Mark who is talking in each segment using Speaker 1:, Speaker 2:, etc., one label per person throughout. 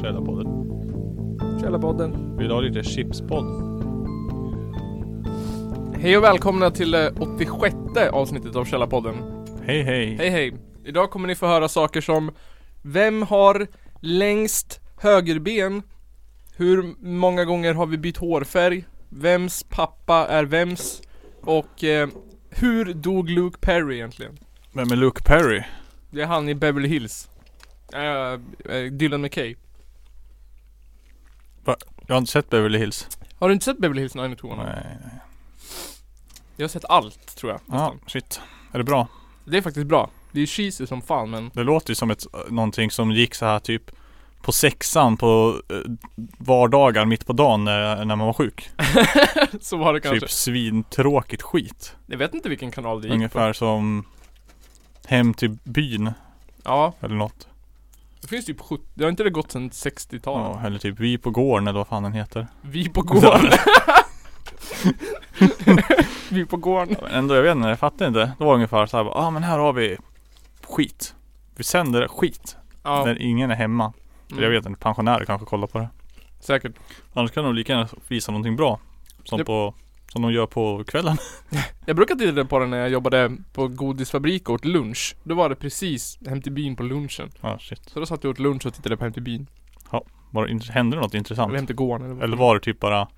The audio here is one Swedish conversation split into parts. Speaker 1: Källarpodden.
Speaker 2: Källarpodden.
Speaker 1: Vill du ha lite chipspodd?
Speaker 2: Hej och välkomna till eh, 86 avsnittet av Källarpodden.
Speaker 1: Hej hej.
Speaker 2: Hej hej! Idag kommer ni få höra saker som Vem har längst högerben? Hur många gånger har vi bytt hårfärg? Vems pappa är vems? Och eh, hur dog Luke Perry egentligen?
Speaker 1: Vem är Luke Perry?
Speaker 2: Det är han i Beverly Hills Eh, eh, Dylan McKay
Speaker 1: Jag har inte sett Beverly Hills.
Speaker 2: Har du inte sett Beverly Hills 902?
Speaker 1: Nej, nej.
Speaker 2: Jag har sett allt tror jag
Speaker 1: Ja, Ah, shit. Är det bra?
Speaker 2: Det är faktiskt bra Det är cheesy som fan men
Speaker 1: Det låter ju som ett, eh, någonting som gick så här typ på sexan på eh, vardagar mitt på dagen när, när man var sjuk.
Speaker 2: så var det kanske
Speaker 1: Typ svintråkigt skit.
Speaker 2: Jag vet inte vilken kanal det gick på
Speaker 1: Ungefär som Hem till byn
Speaker 2: Ja,
Speaker 1: eller något.
Speaker 2: det finns typ 70 Det har inte det gått sedan 60-talet?
Speaker 1: Ja, eller typ Vi på gården eller vad fan den heter.
Speaker 2: Vi på gården. vi på gården.
Speaker 1: Men ändå, jag vet inte, jag fattar inte. Det var ungefär så här, ja ah, men här har vi skit. Vi sänder skit.
Speaker 2: Ja,
Speaker 1: När ingen är hemma.
Speaker 2: mm,
Speaker 1: Jag vet inte, pensionärer kanske kollar på det.
Speaker 2: säkert.
Speaker 1: Annars kan de lika gärna visa någonting bra. Som,
Speaker 2: Japp.
Speaker 1: på, som de gör på kvällen.
Speaker 2: Jag brukade titta på den när jag jobbade på godisfabrik och åt lunch. Då var det precis Hem till byn på lunchen.
Speaker 1: ah, shit.
Speaker 2: Så då satt jag och åt lunch och tittade på Hem till byn.
Speaker 1: Var det, int- hände det något intressant?
Speaker 2: Eller Hem till gården eller vad.
Speaker 1: Eller var det typ bara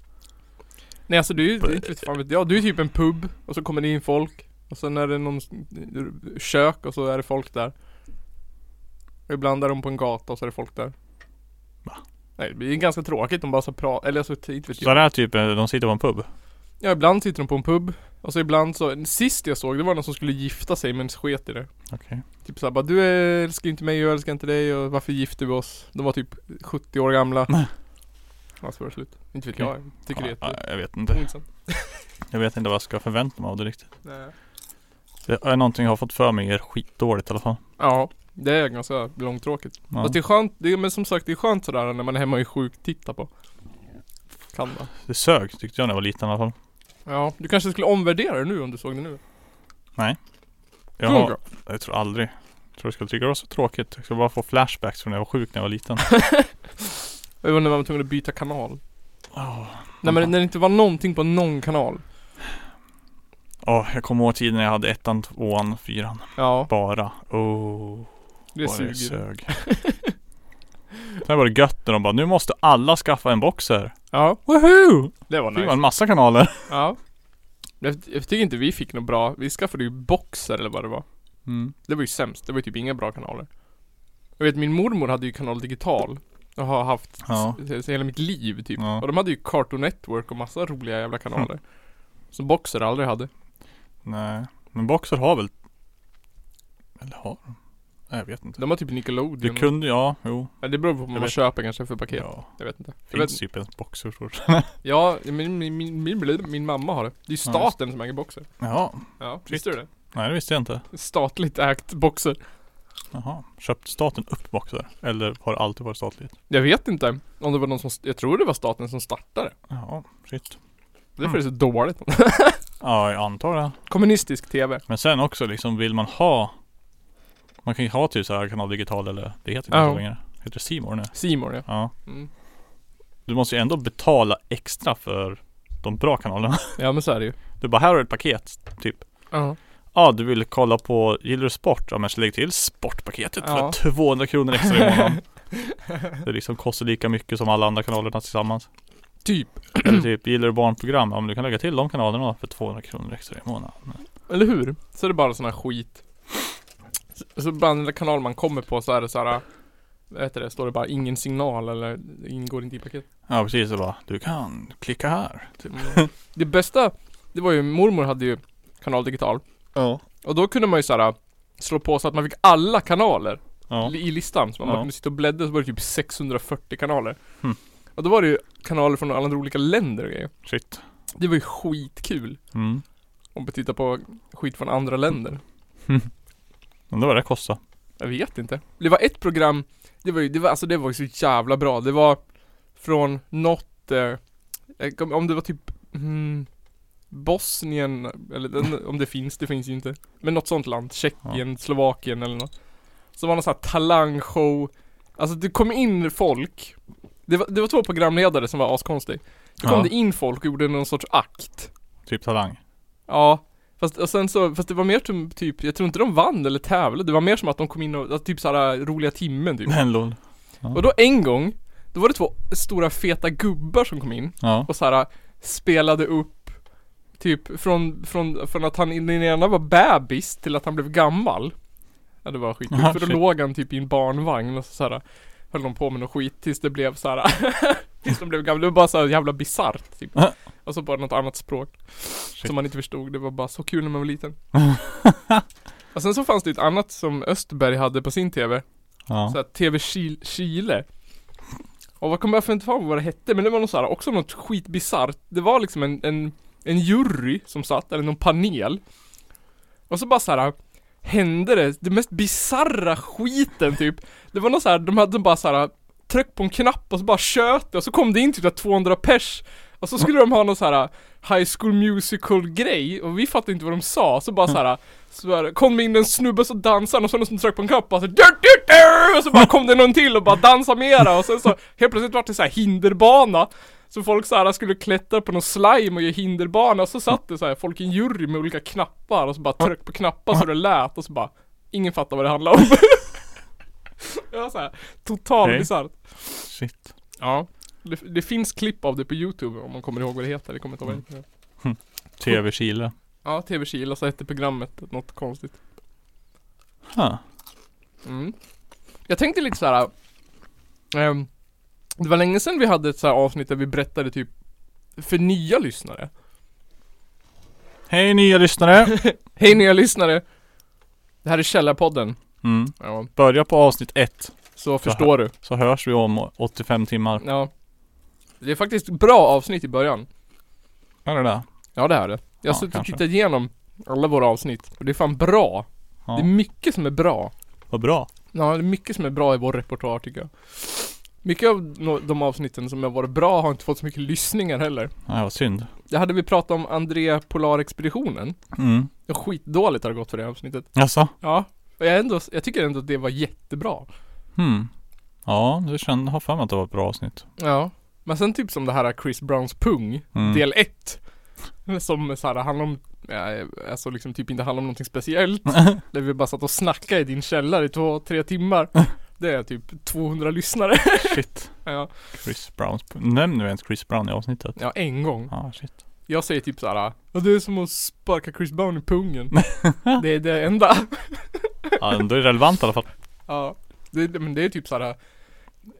Speaker 2: Nej alltså du är ju, det är inte fan vet jag. Du är typ en pub och så kommer det in folk. Och sen är det någon s- kök och så är det folk där. Och ibland är de på en gata och så är det folk där.
Speaker 1: Va?
Speaker 2: Nej det blir ganska tråkigt om bara så pratar, eller så inte vet jag.
Speaker 1: så här typ, eh, de sitter på en pub?
Speaker 2: Ja, ibland sitter de på en pub. Och så ibland så, sist jag såg det var någon som skulle gifta sig men sket i det.
Speaker 1: Okej.
Speaker 2: Typ såhär bara, du älskar inte mig, jag älskar inte dig och varför gifter vi oss? De var typ 70 år gamla.
Speaker 1: Nej.
Speaker 2: Ja, så var det slut. Inte vet
Speaker 1: Okej.
Speaker 2: jag, jag tycker det är Mm.
Speaker 1: Ja, Ah, jag vet inte.
Speaker 2: jätteointressant.
Speaker 1: Jag vet inte vad jag ska förvänta mig av det riktigt.
Speaker 2: Nej.
Speaker 1: Det är någonting jag har fått för mig är skitdåligt i alla fall.
Speaker 2: Ja, det är ganska långtråkigt.
Speaker 1: Ja.
Speaker 2: Fast det är skönt, det är, men som sagt det är skönt sådär när man är hemma och är sjuk, titta på. Kan vara.
Speaker 1: Det sög tyckte jag när jag var liten i alla fall.
Speaker 2: Ja, du kanske skulle omvärdera det nu om du såg det nu?
Speaker 1: Jag,
Speaker 2: Tror
Speaker 1: har,
Speaker 2: du?
Speaker 1: jag tror aldrig. Jag tror jag skulle tycka det var så tråkigt. Jag skulle bara få flashbacks från när jag var sjuk när jag var liten.
Speaker 2: Jag undrar när man var tvungen att byta kanal.
Speaker 1: Åh,
Speaker 2: Nej men när det inte var någonting på någon kanal.
Speaker 1: Åh, jag kommer ihåg tiden när jag hade ettan, tvåan, fyran.
Speaker 2: Ja,
Speaker 1: Bara. Oh,
Speaker 2: det
Speaker 1: vad det
Speaker 2: suger.
Speaker 1: sög. Sen var det gött när de bara, nu måste alla skaffa en boxer.
Speaker 2: Ja.
Speaker 1: Woho!
Speaker 2: Det var
Speaker 1: Fick man
Speaker 2: nice.
Speaker 1: en massa kanaler.
Speaker 2: Ja. Jag, jag tycker inte vi fick något bra. Vi skaffade ju boxer eller vad det var.
Speaker 1: Mm.
Speaker 2: Det var ju sämst. Det var ju typ inga bra kanaler. Jag vet min mormor hade ju kanal digital. Och har haft
Speaker 1: Ja.
Speaker 2: s- s- hela mitt liv typ.
Speaker 1: Ja.
Speaker 2: Och de hade ju Cartoon Network och massa roliga jävla kanaler. Som boxer aldrig hade.
Speaker 1: Nej. Men boxer har väl... Eller har de? Nej, jag vet inte.
Speaker 2: De har typ Nickelodeon.
Speaker 1: Du kunde, ja, jo.
Speaker 2: Men det beror på vad man
Speaker 1: vet-
Speaker 2: köper kanske för paket.
Speaker 1: Ja.
Speaker 2: Jag vet inte. Jag vet,
Speaker 1: Finns typ ens boxer tror jag.
Speaker 2: ja, min, min, min, min, min mamma har det. Det är ju
Speaker 1: Ja,
Speaker 2: staten som äger boxer.
Speaker 1: Ja.
Speaker 2: Ja,
Speaker 1: Shit.
Speaker 2: visste du det?
Speaker 1: Nej, det visste jag inte.
Speaker 2: Statligt ägt boxer.
Speaker 1: Jaha. Köpte staten upp boxer? Eller har det alltid varit statligt?
Speaker 2: Jag vet inte om det var någon som, jag tror det var staten som startade.
Speaker 1: Ja, shit. Mm.
Speaker 2: Det är för det är så dåligt.
Speaker 1: Ja, jag antar det.
Speaker 2: Kommunistisk TV.
Speaker 1: Men sen också liksom, vill man ha Man kan ju ha typ så här kanal digital eller Det heter inte
Speaker 2: Ja.
Speaker 1: så längre Heter det C More nu?
Speaker 2: Simor ja.
Speaker 1: Ja
Speaker 2: Mm.
Speaker 1: Du måste ju ändå betala extra för De bra kanalerna
Speaker 2: Ja men så är det ju.
Speaker 1: Du bara, här har du ett paket Typ
Speaker 2: Ja.
Speaker 1: Ja, ah, du vill kolla på Gillar du sport? Ja men så lägg till sportpaketet
Speaker 2: Ja.
Speaker 1: för 200 kronor extra i månaden Det liksom kostar lika mycket som alla andra kanalerna tillsammans
Speaker 2: Typ.
Speaker 1: Eller typ, gillar du barnprogram? Ja men du kan lägga till de kanalerna då för 200 kronor extra i månaden
Speaker 2: Eller hur? Så är det bara sån här skit. Så, så ibland den kanal man kommer på så är det så här. Vad heter det? Står det bara ingen signal eller ingår inte i paketet.
Speaker 1: Ja precis, så bara Du kan klicka här typ.
Speaker 2: Mm. Det bästa, det var ju mormor hade ju kanal digital.
Speaker 1: Ja
Speaker 2: Och då kunde man ju så här slå på så att man fick alla kanaler.
Speaker 1: Ja
Speaker 2: li- i listan. Så man
Speaker 1: Ja.
Speaker 2: bara kunde sitta och bläddra så var det typ 640 kanaler.
Speaker 1: Hmm.
Speaker 2: Och då var det ju kanaler från alla olika länder och grejer.
Speaker 1: Shit
Speaker 2: Det var ju skitkul.
Speaker 1: Mm
Speaker 2: Om man tittar på skit från andra länder.
Speaker 1: Undrar vad det kostar.
Speaker 2: Jag vet inte. Det var ett program, det var ju, det var, alltså det var ju så jävla bra. Det var från något, eh, jag kom- om det var typ, mm, Bosnien, eller den, om det finns, det finns ju inte. Men något sånt land, Tjeckien, Slovakien eller något. Som var någon sån här talangshow. Alltså det kom in folk. Det var, det var två programledare som var askonstig. Då kom
Speaker 1: Ja.
Speaker 2: det in folk och gjorde någon sorts akt.
Speaker 1: Typ talang.
Speaker 2: Ja. Fast, och sen så, fast det var mer som typ, jag tror inte de vann eller tävlade. Det var mer som att de kom in och, att typ såhär roliga timmen typ.
Speaker 1: Men lol.
Speaker 2: Och då en gång, då var det två stora feta gubbar som kom in
Speaker 1: Ja.
Speaker 2: och så här äh, spelade upp typ från, från, från att han, den ena var bebis till att han blev gammal. Ja det var skit.
Speaker 1: Aha,
Speaker 2: För då
Speaker 1: shit.
Speaker 2: låg han typ i en barnvagn och så, här höll de på med något skit tills det blev så här tills de blev gamla. Det var bara så här jävla bisarrt typ.
Speaker 1: Ja.
Speaker 2: Och så bara något annat språk som man inte förstod. Det var bara så kul när man var liten. och sen så fanns det ett annat som Östberg hade på sin TV.
Speaker 1: Ja.
Speaker 2: Såhär TV Chil- Chile Och vad kommer jag för inte ihåg vad det hette men det var något såhär, också något skitbisarrt Det var liksom en, en, en jury som satt, eller någon panel Och så bara såhär Hände det, det mest bisarra skiten typ Det var något såhär, de hade bara såhär Tryck på en knapp och så bara tjöt det och så kom det in typ där 200 pers Och så skulle de ha någon såhär High School Musical grej och vi fattade inte vad de sa så bara såhär så här, kom in en snubbe så dansade han och så någon som tryckte på en knapp och så "Dur, dur, dur", och så bara kom det någon till och bara dansade mera och sen så helt plötsligt var det så här hinderbana så folk så här skulle klättra på någon slime och göra hinderbana och så satt det så här folk i en jury med olika knappar och så bara tryck på knappar så det lät och så bara Ingen fattar vad det handlar om Det var så här totalt
Speaker 1: Okej.
Speaker 2: bisarrt
Speaker 1: Shit.
Speaker 2: Ja det, det finns klipp av det på youtube om man kommer ihåg vad det heter, det kommer inte ihåg vad det heter
Speaker 1: TV Chile.
Speaker 2: Ja, TV Kila så alltså hette programmet något konstigt
Speaker 1: Huh.
Speaker 2: Mm. Jag tänkte lite så här. ehm, det var länge sedan vi hade ett så här avsnitt där vi berättade typ för nya lyssnare.
Speaker 1: Hej nya lyssnare.
Speaker 2: Hej nya lyssnare! Det här är Källarpodden.
Speaker 1: Mm.
Speaker 2: Ja,
Speaker 1: Börja på avsnitt ett.
Speaker 2: så förstår du.
Speaker 1: Så hörs vi om 85 timmar.
Speaker 2: Ja. Det är faktiskt bra avsnitt i början.
Speaker 1: Är det där?
Speaker 2: Ja det är det. Jag
Speaker 1: Ja,
Speaker 2: har suttit och
Speaker 1: kanske.
Speaker 2: tittat igenom alla våra avsnitt och det är fan bra.
Speaker 1: Ja.
Speaker 2: Det är mycket som är bra.
Speaker 1: Vad bra.
Speaker 2: Ja, det är mycket som är bra i vår repertoar tycker jag. Mycket av no- de avsnitten som har varit bra har inte fått så mycket lyssningar heller.
Speaker 1: Nej vad synd.
Speaker 2: Det hade vi pratat om André Polarexpeditionen.
Speaker 1: Mm.
Speaker 2: Ja, Skitdåligt har det gått för det avsnittet.
Speaker 1: Jaså?
Speaker 2: Ja. Och jag, ändå, jag tycker ändå att det var jättebra.
Speaker 1: Hmm. Ja, det kände, har för mig att det var ett bra avsnitt.
Speaker 2: Ja. Men sen typ som det här Chris Browns pung,
Speaker 1: Mm.
Speaker 2: del 1. Som så här, handlar om, ja, alltså liksom typ inte handlar om någonting speciellt. där vi bara satt och snackade i din källare i två, tre timmar. Det är typ 200 lyssnare.
Speaker 1: Shit.
Speaker 2: ja.
Speaker 1: Chris Browns. Nämn nu ens Chris Brown i avsnittet.
Speaker 2: ja, en gång.
Speaker 1: Ja, ah, shit.
Speaker 2: Jag säger typ såhär, ja det är som att sparka Chris Brown i pungen. det är det enda.
Speaker 1: Ja, men då är det relevant i alla fall.
Speaker 2: Ja, det, det- men det är typ såhär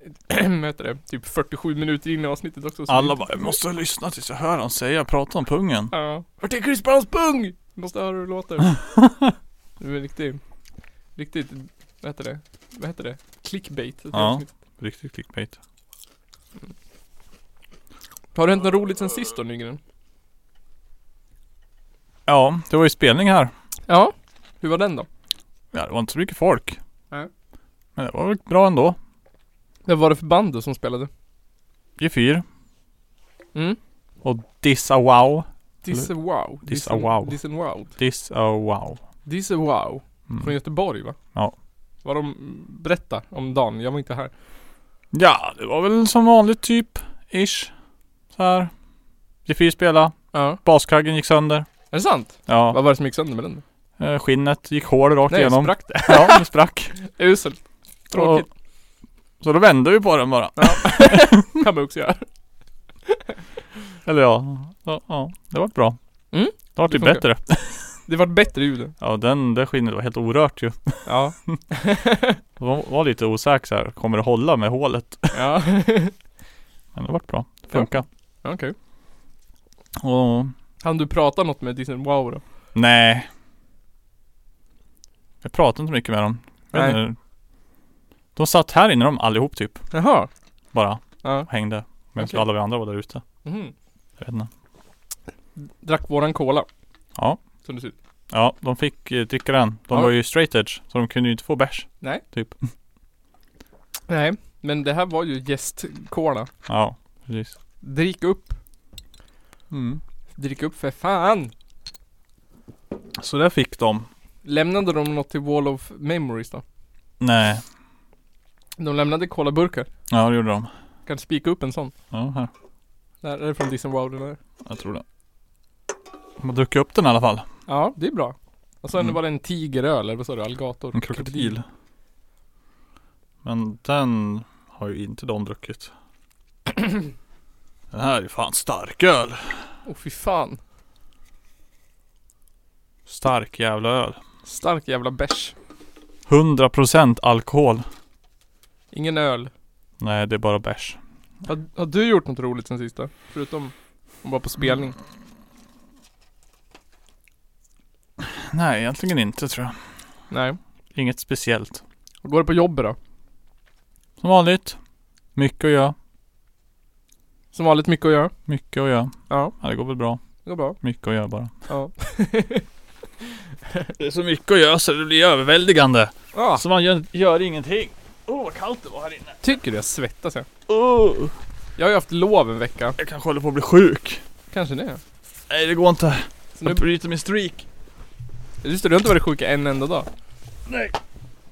Speaker 2: vad heter det? Typ 47 minuter in i avsnittet också så
Speaker 1: Alla
Speaker 2: det-
Speaker 1: bara, jag måste lyssna tills jag hör honom säga, prata om pungen.
Speaker 2: Ja Vart är Chris Browns pung? Måste höra hur det låter Det är riktigt Riktigt Vad heter det? Vad heter det? Clickbait ett
Speaker 1: Ja.
Speaker 2: avsnitt.
Speaker 1: Riktigt clickbait.
Speaker 2: Har det hänt något roligt sen sist då Nygren?
Speaker 1: Ja, det var ju spelning här.
Speaker 2: Ja Hur var den då?
Speaker 1: Ja, det var inte så mycket folk.
Speaker 2: Nej.
Speaker 1: Men det var väl bra ändå.
Speaker 2: Vad var det för band då som spelade?
Speaker 1: G4
Speaker 2: Mm?
Speaker 1: och Dissa Wow.
Speaker 2: This a wow
Speaker 1: This a
Speaker 2: and-
Speaker 1: wow.
Speaker 2: This and wow
Speaker 1: Dissa Wow.
Speaker 2: This a wow Från
Speaker 1: Mm.
Speaker 2: Göteborg va?
Speaker 1: Ja.
Speaker 2: Var de, berätta om dagen, jag var inte här
Speaker 1: Ja, det var väl som vanligt typ. Ish. Så här. G4 spela.
Speaker 2: Ja
Speaker 1: Baskaggen gick sönder.
Speaker 2: Är det sant?
Speaker 1: Ja.
Speaker 2: Vad var det som gick sönder med den?
Speaker 1: eh, Skinnet gick hål rakt
Speaker 2: Nej,
Speaker 1: igenom.
Speaker 2: sprack det.
Speaker 1: Ja, det sprack.
Speaker 2: Uselt. Tråkigt.
Speaker 1: Så då vände vi på den bara.
Speaker 2: Kan man också göra.
Speaker 1: Eller ja. Ja, ja. det var bra.
Speaker 2: Mm.
Speaker 1: Det var
Speaker 2: Det
Speaker 1: typ
Speaker 2: funkar.
Speaker 1: bättre.
Speaker 2: Det vart bättre ljud.
Speaker 1: Ja, den, det skinnet var helt orört ju.
Speaker 2: Ja.
Speaker 1: Det var, var lite osäker så här. Kommer det hålla med hålet?
Speaker 2: Ja.
Speaker 1: Men det vart bra. Det funkar.
Speaker 2: Okej.
Speaker 1: Och
Speaker 2: Han du prata något med Disney Wow då?
Speaker 1: Nej. Jag pratade inte mycket med dem. Jag vet
Speaker 2: Nej.
Speaker 1: inte. De satt här inne de allihop typ.
Speaker 2: Jaha.
Speaker 1: Bara
Speaker 2: Ja.
Speaker 1: och hängde. Medan
Speaker 2: Okej.
Speaker 1: alla vi andra var där ute.
Speaker 2: Mhm.
Speaker 1: Jag vet inte.
Speaker 2: Drack våran cola.
Speaker 1: Ja.
Speaker 2: Som det ser ut.
Speaker 1: Ja, de fick eh, dricka den. De
Speaker 2: Ja.
Speaker 1: var ju straight edge. Så de kunde ju inte få bärs.
Speaker 2: Nej. Men det här var ju gästcola.
Speaker 1: Ja, precis.
Speaker 2: Drick upp.
Speaker 1: Mm.
Speaker 2: Drick upp för fan!
Speaker 1: Så där fick de.
Speaker 2: Lämnade de något till Wall of Memories då?
Speaker 1: Nej.
Speaker 2: De lämnade kolaburkar.
Speaker 1: Ja, det gjorde de.
Speaker 2: Kan spika upp en sån.
Speaker 1: Ja, här.
Speaker 2: Där är det från Disney World eller?
Speaker 1: Jag tror det. De har druckit upp den i alla fall.
Speaker 2: Ja, det är bra. Och sen
Speaker 1: Mm.
Speaker 2: var det en tigeröl, eller vad sa du? Alligator?
Speaker 1: En krokodil. Men den har ju inte de druckit. Den här är fan stark öl.
Speaker 2: Åh oh, fy fan.
Speaker 1: Stark jävla öl.
Speaker 2: Stark jävla bärs.
Speaker 1: 100% alkohol.
Speaker 2: Ingen öl.
Speaker 1: Nej, det är bara bärs.
Speaker 2: Har, har du gjort något roligt sen sista? Förutom att vara på spelning?
Speaker 1: Nej, egentligen inte tror jag.
Speaker 2: Nej.
Speaker 1: Inget speciellt.
Speaker 2: Och går du på jobbet då?
Speaker 1: Som vanligt. Mycket att göra.
Speaker 2: Som vanligt mycket att göra.
Speaker 1: Mycket att göra.
Speaker 2: Ja,
Speaker 1: Ja, det går väl bra.
Speaker 2: det går bra.
Speaker 1: Mycket att göra bara.
Speaker 2: Ja.
Speaker 1: Det är så mycket att göra så det blir överväldigande.
Speaker 2: ah,
Speaker 1: Så man gör, gör ingenting. Åh, oh, vad kallt det var här inne.
Speaker 2: tycker du jag svettas jag?
Speaker 1: Oh,
Speaker 2: Jag har ju haft lov en vecka.
Speaker 1: jag kanske håller på att bli sjuk.
Speaker 2: Kanske det.
Speaker 1: Nej, det går inte.
Speaker 2: Så nu,
Speaker 1: Jag bryter min streak.
Speaker 2: just det, du har inte varit sjuk en enda dag.
Speaker 1: Nej.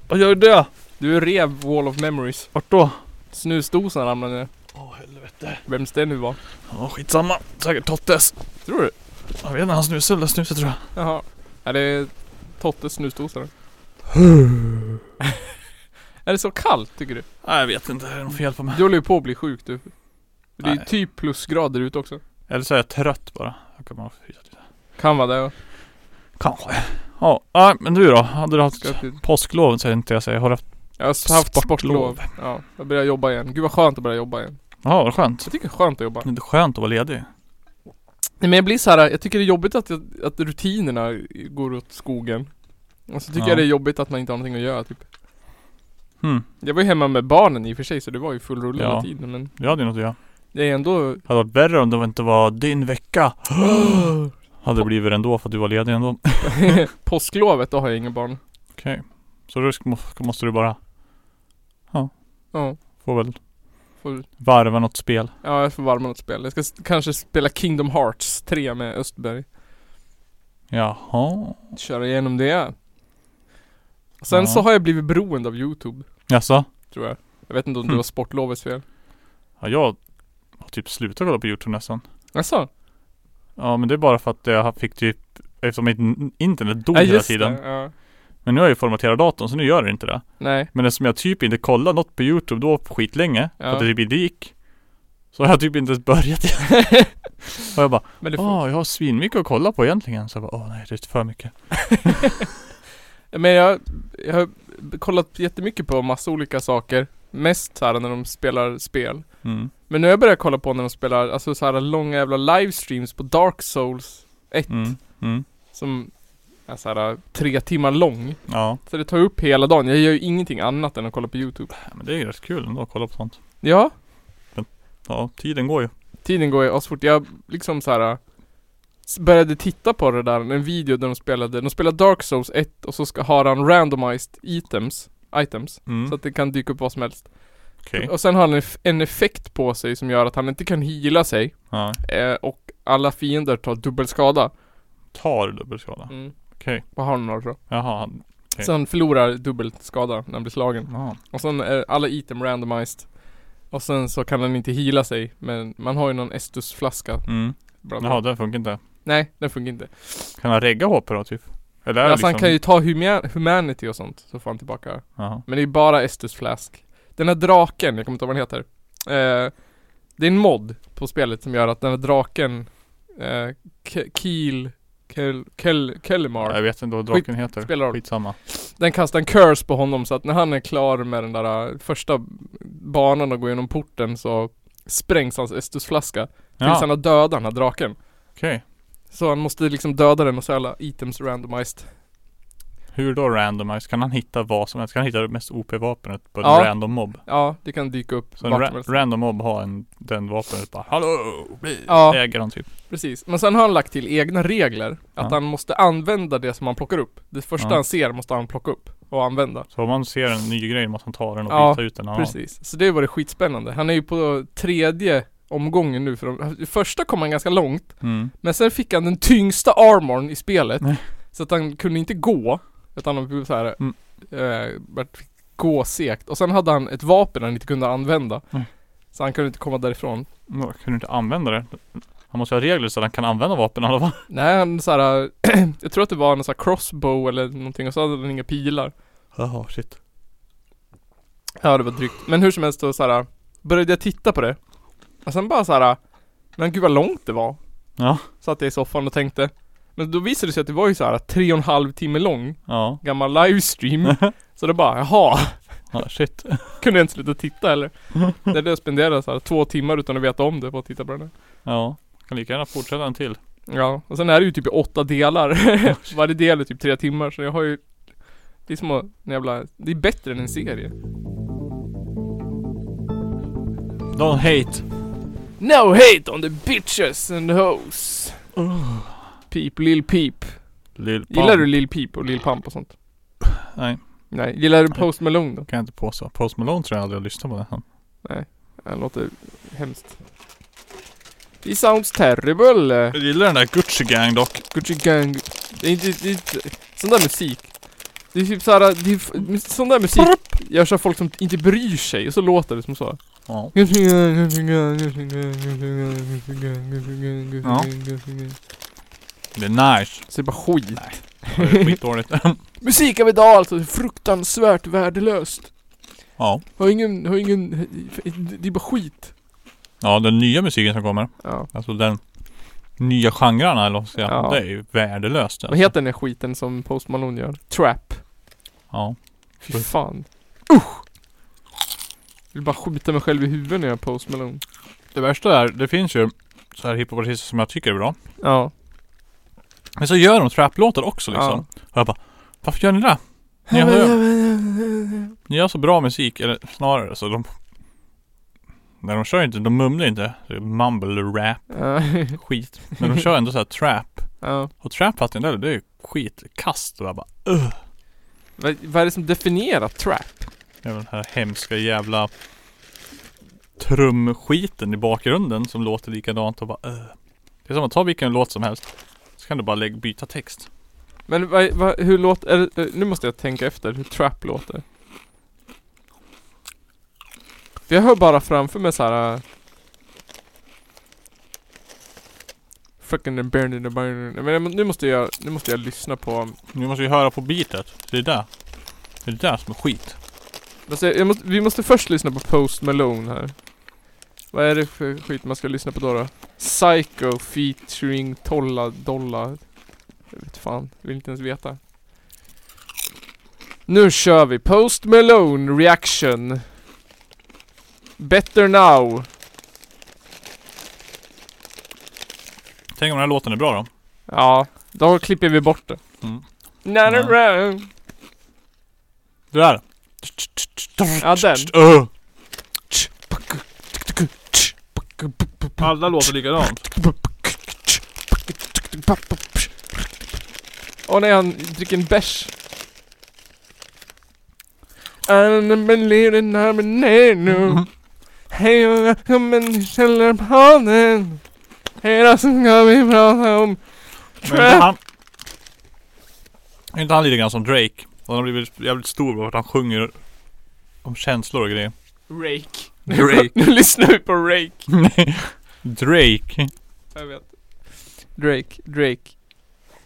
Speaker 1: Vad gör du det?
Speaker 2: Du rev Wall of Memories.
Speaker 1: Vart då?
Speaker 2: Snusdosan ramlade ner.
Speaker 1: Åh, helvete.
Speaker 2: Vems det nu var.
Speaker 1: Ja, skitsamma. Säkert Tottes.
Speaker 2: Tror du?
Speaker 1: Jag vet inte, han snusar eller snusar tror jag.
Speaker 2: Jaha. Är det Tottes snusdosa då? Är det så kallt tycker du?
Speaker 1: Nej, jag vet inte. Det är något fel på mig.
Speaker 2: Du håller ju på att bli sjuk du. Det är ju
Speaker 1: Nej.
Speaker 2: typ plusgrader ute också.
Speaker 1: Eller så är jag trött bara. Jag kan bara frysa lite.
Speaker 2: Kan vara det. ja.
Speaker 1: Kanske. Ja, nej, men du då? Hade du haft
Speaker 2: Ska till-
Speaker 1: påsklov säger inte jag säger. Har du haft...
Speaker 2: Jag har haft
Speaker 1: Sportlov.
Speaker 2: sportlov. Ja, jag börjar jobba igen. Gud vad skönt att börja jobba igen.
Speaker 1: Ja, vad skönt.
Speaker 2: Jag tycker det är skönt att jobba.
Speaker 1: Det är skönt att vara ledig.
Speaker 2: Nej men jag blir så här. jag tycker det är jobbigt att, jag, att rutinerna går åt skogen. Och så tycker
Speaker 1: Ja.
Speaker 2: jag det är jobbigt att man inte har någonting att göra typ.
Speaker 1: Hmm.
Speaker 2: Jag var ju hemma med barnen i och för sig så det var ju full rulle
Speaker 1: Ja.
Speaker 2: hela tiden men
Speaker 1: Jag hade ju något att göra.
Speaker 2: det är ändå
Speaker 1: Hade varit värre om det inte var din vecka. hade det blivit ändå för att du var ledig ändå.
Speaker 2: påsklovet, då har jag inga barn.
Speaker 1: Okej. Så då ska- måste du bara
Speaker 2: Ja,
Speaker 1: få väl
Speaker 2: får,
Speaker 1: varva något spel.
Speaker 2: ja jag får varma något spel. Jag ska s- kanske spela Kingdom Hearts 3 med Östberg.
Speaker 1: Jaha.
Speaker 2: Köra igenom det. Sen
Speaker 1: Ja.
Speaker 2: så har jag blivit beroende av YouTube,
Speaker 1: Jaså?
Speaker 2: tror jag. Jag vet inte om det
Speaker 1: Hmm.
Speaker 2: var sportlovets fel.
Speaker 1: Ja, jag har typ slutat kolla på YouTube nästan.
Speaker 2: Jaså?
Speaker 1: Ja, men det är bara för att jag fick typ Eftersom mitt n- internet dog
Speaker 2: Ja,
Speaker 1: hela
Speaker 2: just
Speaker 1: tiden.
Speaker 2: det. Ja.
Speaker 1: Men nu har jag ju formaterat datorn så nu gör det inte det.
Speaker 2: Nej.
Speaker 1: Men eftersom jag typ inte kollade något på YouTube då på skitlänge. För
Speaker 2: Ja.
Speaker 1: att det typ inte gick. Så har jag typ inte ens börjat igen. Och jag bara
Speaker 2: Men det får,
Speaker 1: Åh, jag har svinmycket att kolla på egentligen. Så jag bara, åh nej, det är för mycket.
Speaker 2: Men jag, jag har kollat jättemycket på massa olika saker. Mest såhär när de spelar spel.
Speaker 1: Mm.
Speaker 2: Men nu har jag börjat kolla på när de spelar, alltså såhär långa jävla livestreams på Dark Souls 1.
Speaker 1: Mm. Mm.
Speaker 2: Som är såhär tre timmar lång.
Speaker 1: Ja,
Speaker 2: Så det tar upp hela dagen. Jag gör ju ingenting annat än att kolla på YouTube.
Speaker 1: men det är ju rätt kul ändå att kolla på sånt.
Speaker 2: Ja,
Speaker 1: Ja, tiden går ju.
Speaker 2: tiden går ju asfort. Jag liksom såhär s- Började titta på det där, en video där de spelade, de spelade Dark Souls 1 och så ska, har han randomized items, items.
Speaker 1: Mm.
Speaker 2: Så att det kan dyka upp vad som helst.
Speaker 1: Okej.
Speaker 2: Och sen har han en eff- en effekt på sig som gör att han inte kan heala sig
Speaker 1: Ja.
Speaker 2: eh, och alla fiender tar dubbel skada.
Speaker 1: Tar dubbelskada. Ah.
Speaker 2: Mm.
Speaker 1: Okej.
Speaker 2: På honom då. tror
Speaker 1: Jaha, han...
Speaker 2: jag.
Speaker 1: Okej.
Speaker 2: Så han förlorar dubbelt skada när han blir slagen.
Speaker 1: Ja.
Speaker 2: Och sen är alla item randomized. Och sen så kan han inte heala sig men man har ju någon estusflaska.
Speaker 1: Mm.
Speaker 2: Bla bla.
Speaker 1: Jaha, den funkar inte.
Speaker 2: Nej, den funkar inte.
Speaker 1: Kan han regga HP då typ? Eller är det
Speaker 2: Alltså
Speaker 1: liksom...
Speaker 2: han kan ju ta huma- humanity och sånt så får han tillbaka.
Speaker 1: Jaha.
Speaker 2: Men det är bara estusflask. Den här draken, jag kommer inte ihåg vad den heter. Eh, det är en mod på spelet som gör att den här draken, eh, Ke- Keel, Kel, Kel, Kelimar,
Speaker 1: Jag vet inte vad draken heter.
Speaker 2: spelar roll.
Speaker 1: Skitsamma.
Speaker 2: den kastar en curse på honom så att när han är klar med den där eh, första banan och går genom porten så sprängs hans estusflaska. Tills han
Speaker 1: Ja,
Speaker 2: har dödat den här draken.
Speaker 1: okej.
Speaker 2: Så han måste liksom döda den och så är alla items randomized.
Speaker 1: Hur då randomized? Kan han hitta vad som helst? Kan han hitta det mest OP-vapnet på en
Speaker 2: Ja.
Speaker 1: random mob?
Speaker 2: Ja, det kan dyka upp
Speaker 1: Så en
Speaker 2: vart
Speaker 1: ra-
Speaker 2: som helst.
Speaker 1: random mob har en, den vapnet bara Hallå! bli-
Speaker 2: Ja.
Speaker 1: Äger han typ.
Speaker 2: Precis, men sen har han lagt till egna regler. Att
Speaker 1: Ja.
Speaker 2: han måste använda det som han plockar upp. Det första
Speaker 1: Ja.
Speaker 2: han ser måste han plocka upp och använda.
Speaker 1: Så om man ser en ny grej måste man ta den och
Speaker 2: Ja,
Speaker 1: byta ut den. Ja,
Speaker 2: Precis, så det var det skitspännande. Han är ju på tredje omgången nu för de, första kom han ganska långt
Speaker 1: Mm.
Speaker 2: Men sen fick han den tyngsta armorn i spelet
Speaker 1: Nej.
Speaker 2: Så att han kunde inte gå Utan han blev såhär
Speaker 1: Mm.
Speaker 2: eh, bara fick gå segt Och sen hade han ett vapen han inte kunde använda
Speaker 1: Nej.
Speaker 2: Så han kunde inte komma därifrån
Speaker 1: Men Kunde du inte använda det? Han måste ha regler så att han kan använda vapen i alla fall.
Speaker 2: Nej han såhär Jag tror att det var en sån här crossbow eller någonting och så hade han inga pilar
Speaker 1: Jaha, shit.
Speaker 2: Ja det var drygt Men hur som helst då såhär Började jag titta på det Och sen bara såhär Men gud vad långt det var
Speaker 1: Ja.
Speaker 2: Satt jag i soffan och tänkte Men då visade det sig att det var ju såhär tre och en halv timme lång
Speaker 1: Ja,
Speaker 2: gammal livestream Så det bara, jaha,
Speaker 1: ja shit.
Speaker 2: kunde jag inte sluta titta eller? Där det spenderade så här två timmar utan att veta om det på att titta på den här.
Speaker 1: Ja, kan lika gärna fortsätta en till.
Speaker 2: Ja, och sen är det ju typ i åtta delar Varje del är typ tre timmar så jag har ju Det är som att, en jävla, det är bättre än en serie
Speaker 1: Don't hate.
Speaker 2: No hate on the bitches and the hoes Peep, Lil Peep
Speaker 1: Lill
Speaker 2: Gillar du Lil Peep och Lil Pump och sånt?
Speaker 1: Nej,
Speaker 2: Nej, gillar du Post Malone då?
Speaker 1: kan jag inte påstå. Post Malone tror jag aldrig har lyssnat på den.
Speaker 2: Det låter hemskt He sounds terrible
Speaker 1: Jag gillar den där Gucci Gang dock.
Speaker 2: Gucci Gang. Det är inte, det är inte sån där musik. Det är typ såhär, det är, f- sån där musik görs av folk som inte bryr sig och så låter det som så.
Speaker 1: Ja. Det är nice.
Speaker 2: Så det är bara skit.
Speaker 1: Det är skitdåligt.
Speaker 2: Musik av idag alltså, är fruktansvärt värdelöst.
Speaker 1: ja.
Speaker 2: Har ingen, har ingen, det är bara skit.
Speaker 1: Ja, den nya musiken som kommer.
Speaker 2: Ja.
Speaker 1: Alltså den nya genrerna eller vad man ska säga.
Speaker 2: Ja.
Speaker 1: Det är ju värdelöst. alltså.
Speaker 2: Vad heter den där skiten som Post Malone gör? Trap.
Speaker 1: Ja.
Speaker 2: Fy fan. Usch! Jag vill bara skjuta mig själv i huvudet när jag är Post Malone.
Speaker 1: Det värsta är, det finns ju så här hiphopartister som jag tycker är bra.
Speaker 2: Ja.
Speaker 1: Men så gör de trap-låtar också liksom. Och jag bara, varför gör ni det? Ni gör, ni gör så bra musik, eller snarare så de... När de kör inte, de mumlar inte. Det är Mumble rap,
Speaker 2: Ja.
Speaker 1: skit. Men de kör ändå så här trap.
Speaker 2: ja.
Speaker 1: Och trap fattar jag inte heller, det är ju skitkast. Och jag bara, ugh.
Speaker 2: Vad, vad är det som definierar trap?
Speaker 1: Det är väl den här hemska jävla trumskiten i bakgrunden som låter likadant och bara öh. Det är som att ta vilken låt som helst. Så kan du bara lägga, byta text.
Speaker 2: Men vad, vad, hur låter, är det, eh, nu måste jag tänka efter hur trap låter. För jag hör bara framför mig så här. eh, Fucking the burn in the burn. Men jag må- nu måste jag, nu måste jag lyssna på
Speaker 1: Nu måste ju höra på beatet. Det är där. Det är det där som är skit.
Speaker 2: Alltså, jag måste, vi måste först lyssna på Post Malone här. Vad är det för skit man ska lyssna på då? då? Psycho featuring Tolla Dolla. Jag vet fan, jag vill inte ens veta. Nu kör vi! Post Malone reaction. Better now.
Speaker 1: Tänk om den här låten är bra då.
Speaker 2: Ja, då klipper vi bort det.
Speaker 1: Mm.
Speaker 2: Na, na, na.
Speaker 1: Det där.
Speaker 2: Ja, den.
Speaker 1: Öh. Alla låter likadant.
Speaker 2: Åh nej, han dricker en bärs. I'm a little banana. Hej, välkommen till Källarpodden. Idag så ska vi prata om...
Speaker 1: Men inte han... Är inte han lite grann som Drake? Han har blivit jävligt stor för att han sjunger om känslor och grejer.
Speaker 2: Rake.
Speaker 1: Drake.
Speaker 2: nu lyssnar vi på Rake.
Speaker 1: Drake.
Speaker 2: Jag vet. Drake, Drake.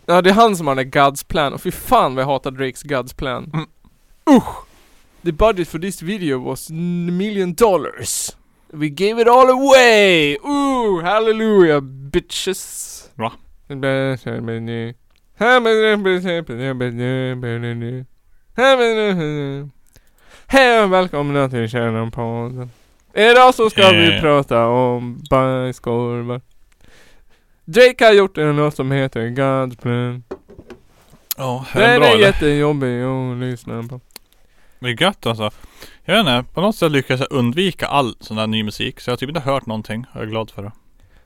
Speaker 2: Ja, det är han som har den där God's plan. Och fy fan vad jag hatar Drakes God's plan.
Speaker 1: Mm.
Speaker 2: Usch! The budget for this video was n- million dollars. We gave it all away! Ooh, hallelujah bitches!
Speaker 1: Va?
Speaker 2: Hej och välkomna till Kärnpodden. Idag så ska vi
Speaker 1: Eh.
Speaker 2: prata om bajskorvar. Drake har gjort en låt som heter God's plan.
Speaker 1: Ja, är den
Speaker 2: Den
Speaker 1: bra
Speaker 2: är
Speaker 1: eller?
Speaker 2: jättejobbig att lyssna på.
Speaker 1: Det är gött alltså. Jag vet inte, på något sätt lyckas jag undvika all sån där ny musik. Så jag har typ inte hört någonting. Jag är glad för det.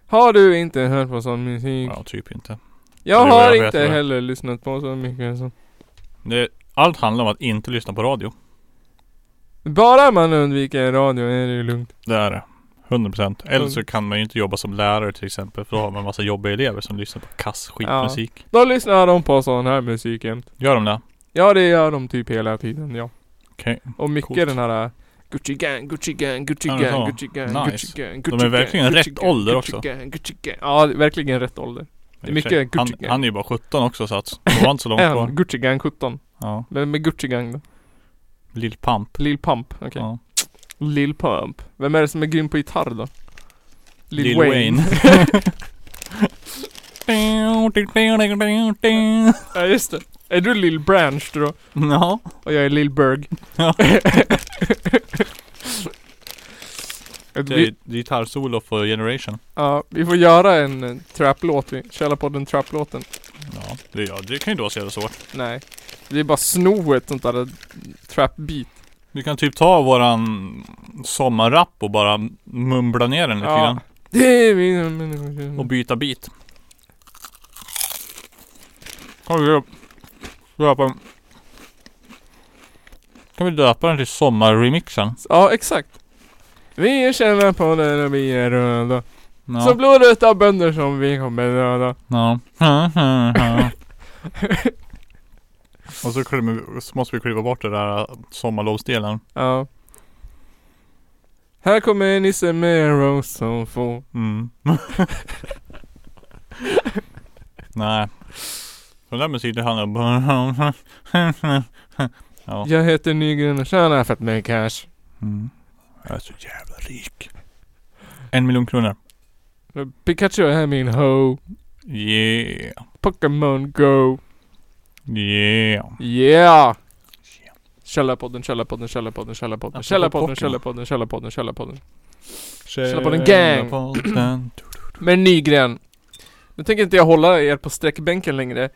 Speaker 2: Har du inte hört på sån musik?
Speaker 1: Ja, typ inte.
Speaker 2: Jag
Speaker 1: det är vad
Speaker 2: har
Speaker 1: jag vet,
Speaker 2: inte
Speaker 1: eller?
Speaker 2: heller lyssnat på så mycket som...
Speaker 1: Det, allt handlar om att inte lyssna på radio.
Speaker 2: Bara man undviker radio är det lugnt.
Speaker 1: Det är det. 100% Eller så kan man ju inte jobba som lärare till exempel För då har man massa jobbiga elever som lyssnar på kass skitmusik
Speaker 2: Då lyssnar de på sån här musik jämt.
Speaker 1: Gör de det?
Speaker 2: Ja det gör de typ hela tiden ja.
Speaker 1: Okej
Speaker 2: Och mycket
Speaker 1: Coolt.
Speaker 2: den här äh, Gucci gang, Gucci gang, Gucci
Speaker 1: Ja,
Speaker 2: gang,
Speaker 1: det är så.
Speaker 2: Gucci gang,
Speaker 1: Nice.
Speaker 2: Gucci gang,
Speaker 1: är
Speaker 2: Gucci
Speaker 1: verkligen
Speaker 2: gang,
Speaker 1: rätt
Speaker 2: Gucci gang,
Speaker 1: ålder
Speaker 2: Gucci
Speaker 1: också.
Speaker 2: gang, Gucci gang. Ja, verkligen rätt ålder. Det är mycket
Speaker 1: han,
Speaker 2: Gucci Gang.
Speaker 1: han är ju bara 17 också så att det var inte så långt
Speaker 2: Äh,
Speaker 1: kvar
Speaker 2: Gucci gang 17.
Speaker 1: Ja
Speaker 2: Vem är Gucci gang då?
Speaker 1: Lill Pump
Speaker 2: Lil Pump, okej.
Speaker 1: ja.
Speaker 2: Lil Pump. Vem är det som är grym på gitarr då? Lil,
Speaker 1: Lil
Speaker 2: Wayne.
Speaker 1: Wayne.
Speaker 2: Ja just det. Är du Lil Branch då?
Speaker 1: Ja
Speaker 2: Och jag är Lil Berg.
Speaker 1: Ja.
Speaker 2: Att
Speaker 1: Det är
Speaker 2: vi,
Speaker 1: ju gitarrsolo för Generation
Speaker 2: ja, vi får göra en eh, trap-låt i Källarpodden Trap-låten.
Speaker 1: Ja det, ja, det kan ju inte vara så jävla svårt
Speaker 2: Nej. Det är bara sno ett sånt där eh, trap-beat.
Speaker 1: Du kan typ ta våran sommarrapp och bara mumla ner den lite
Speaker 2: Ja. Mm.
Speaker 1: grann Och byta bit Kan vi döp- döpa den Kan vi döpa den till sommarremixen?
Speaker 2: Ja, exakt. Vi känner på den och vi är röda.
Speaker 1: Ja.
Speaker 2: Så blodet av bönder som vi kommer döda.
Speaker 1: Ja. Och så, klämmer vi, så måste vi kliva bort det där sommarlovsdelen.
Speaker 2: Ja. Här kommer Nisse med en rose som får.
Speaker 1: Mm. Nej. Den där musiken handlar bara Ja.
Speaker 2: Jag heter Nygren och tjänar fett med cash.
Speaker 1: Mm. Jag är så jävla rik. En miljon kronor.
Speaker 2: Pikachu är min ho.
Speaker 1: Yeah.
Speaker 2: Pokémon Go.
Speaker 1: Yeah.
Speaker 2: Yeah! Källarpodden, Källarpodden, Källarpodden, Källarpodden,
Speaker 1: Apropå
Speaker 2: Källarpodden,
Speaker 1: Pokémon.
Speaker 2: Källarpodden, Källarpodden, Källarpodden. på den gang.
Speaker 1: Källarpodden.
Speaker 2: Men Nygren. Nu tänker inte jag hålla er på sträckbänken längre.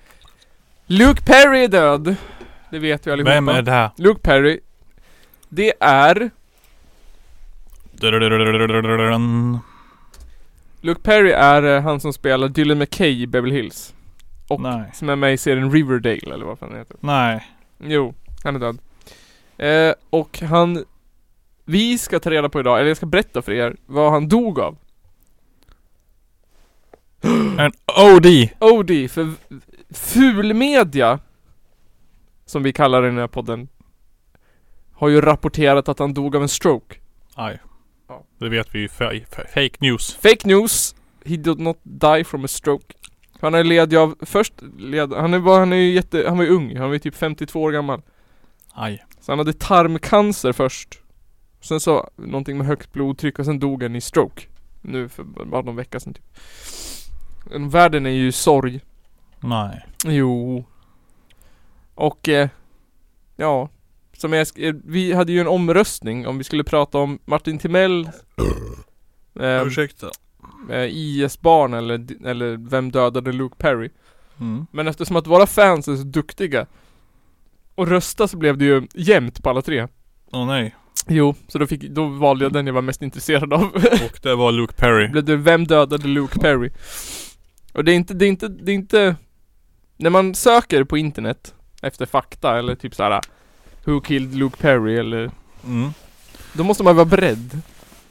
Speaker 2: Luke Perry är död. Det vet vi allihopa.
Speaker 1: Vem är det här?
Speaker 2: Luke Perry. Det är... Luke Perry är eh, han som spelar Dylan McKay i Beverly Hills. Och-
Speaker 1: Nej.
Speaker 2: Som är med i serien Riverdale eller vad fan den heter.
Speaker 1: Nej.
Speaker 2: Jo, han är död. Eh, och han... Vi ska ta reda på idag, eller jag ska berätta för er, vad han dog av.
Speaker 1: En OD.
Speaker 2: OD, för v- fulmedia, som vi kallar den här podden, har ju rapporterat att han dog av en stroke.
Speaker 1: Aj.
Speaker 2: Ja.
Speaker 1: Det vet vi ju. Fe- fe- Fake news.
Speaker 2: Fake news, he did not die from a stroke. Han är ledig av, först led, han är, var, han är ju jätte, han var ju ung, han var ju typ 52 år gammal.
Speaker 1: Aj.
Speaker 2: Så han hade tarmcancer först. Sen så någonting med högt blodtryck och sen dog han i stroke. Nu för bara någon vecka sedan typ. Men Världen är ju i sorg.
Speaker 1: Nej.
Speaker 2: Jo. Och eh, ja. Som jag, sk- eh, vi hade ju en omröstning om vi skulle prata om Martin Timell. eh,
Speaker 1: Ursäkta.
Speaker 2: eh, IS-barn eller, d- eller vem dödade Luke Perry.
Speaker 1: Mm.
Speaker 2: Men eftersom att våra fans är så duktiga och rösta så blev det ju jämnt på alla tre.
Speaker 1: Åh nej.
Speaker 2: Jo, så då, fick, då valde jag den jag var mest intresserad av.
Speaker 1: Och det var Luke Perry.
Speaker 2: Blev det Vem dödade Luke Perry? Och det är inte, det är inte, det är inte När man söker på internet efter fakta eller typ såhär Who killed Luke Perry eller
Speaker 1: Mm.
Speaker 2: Då måste man vara beredd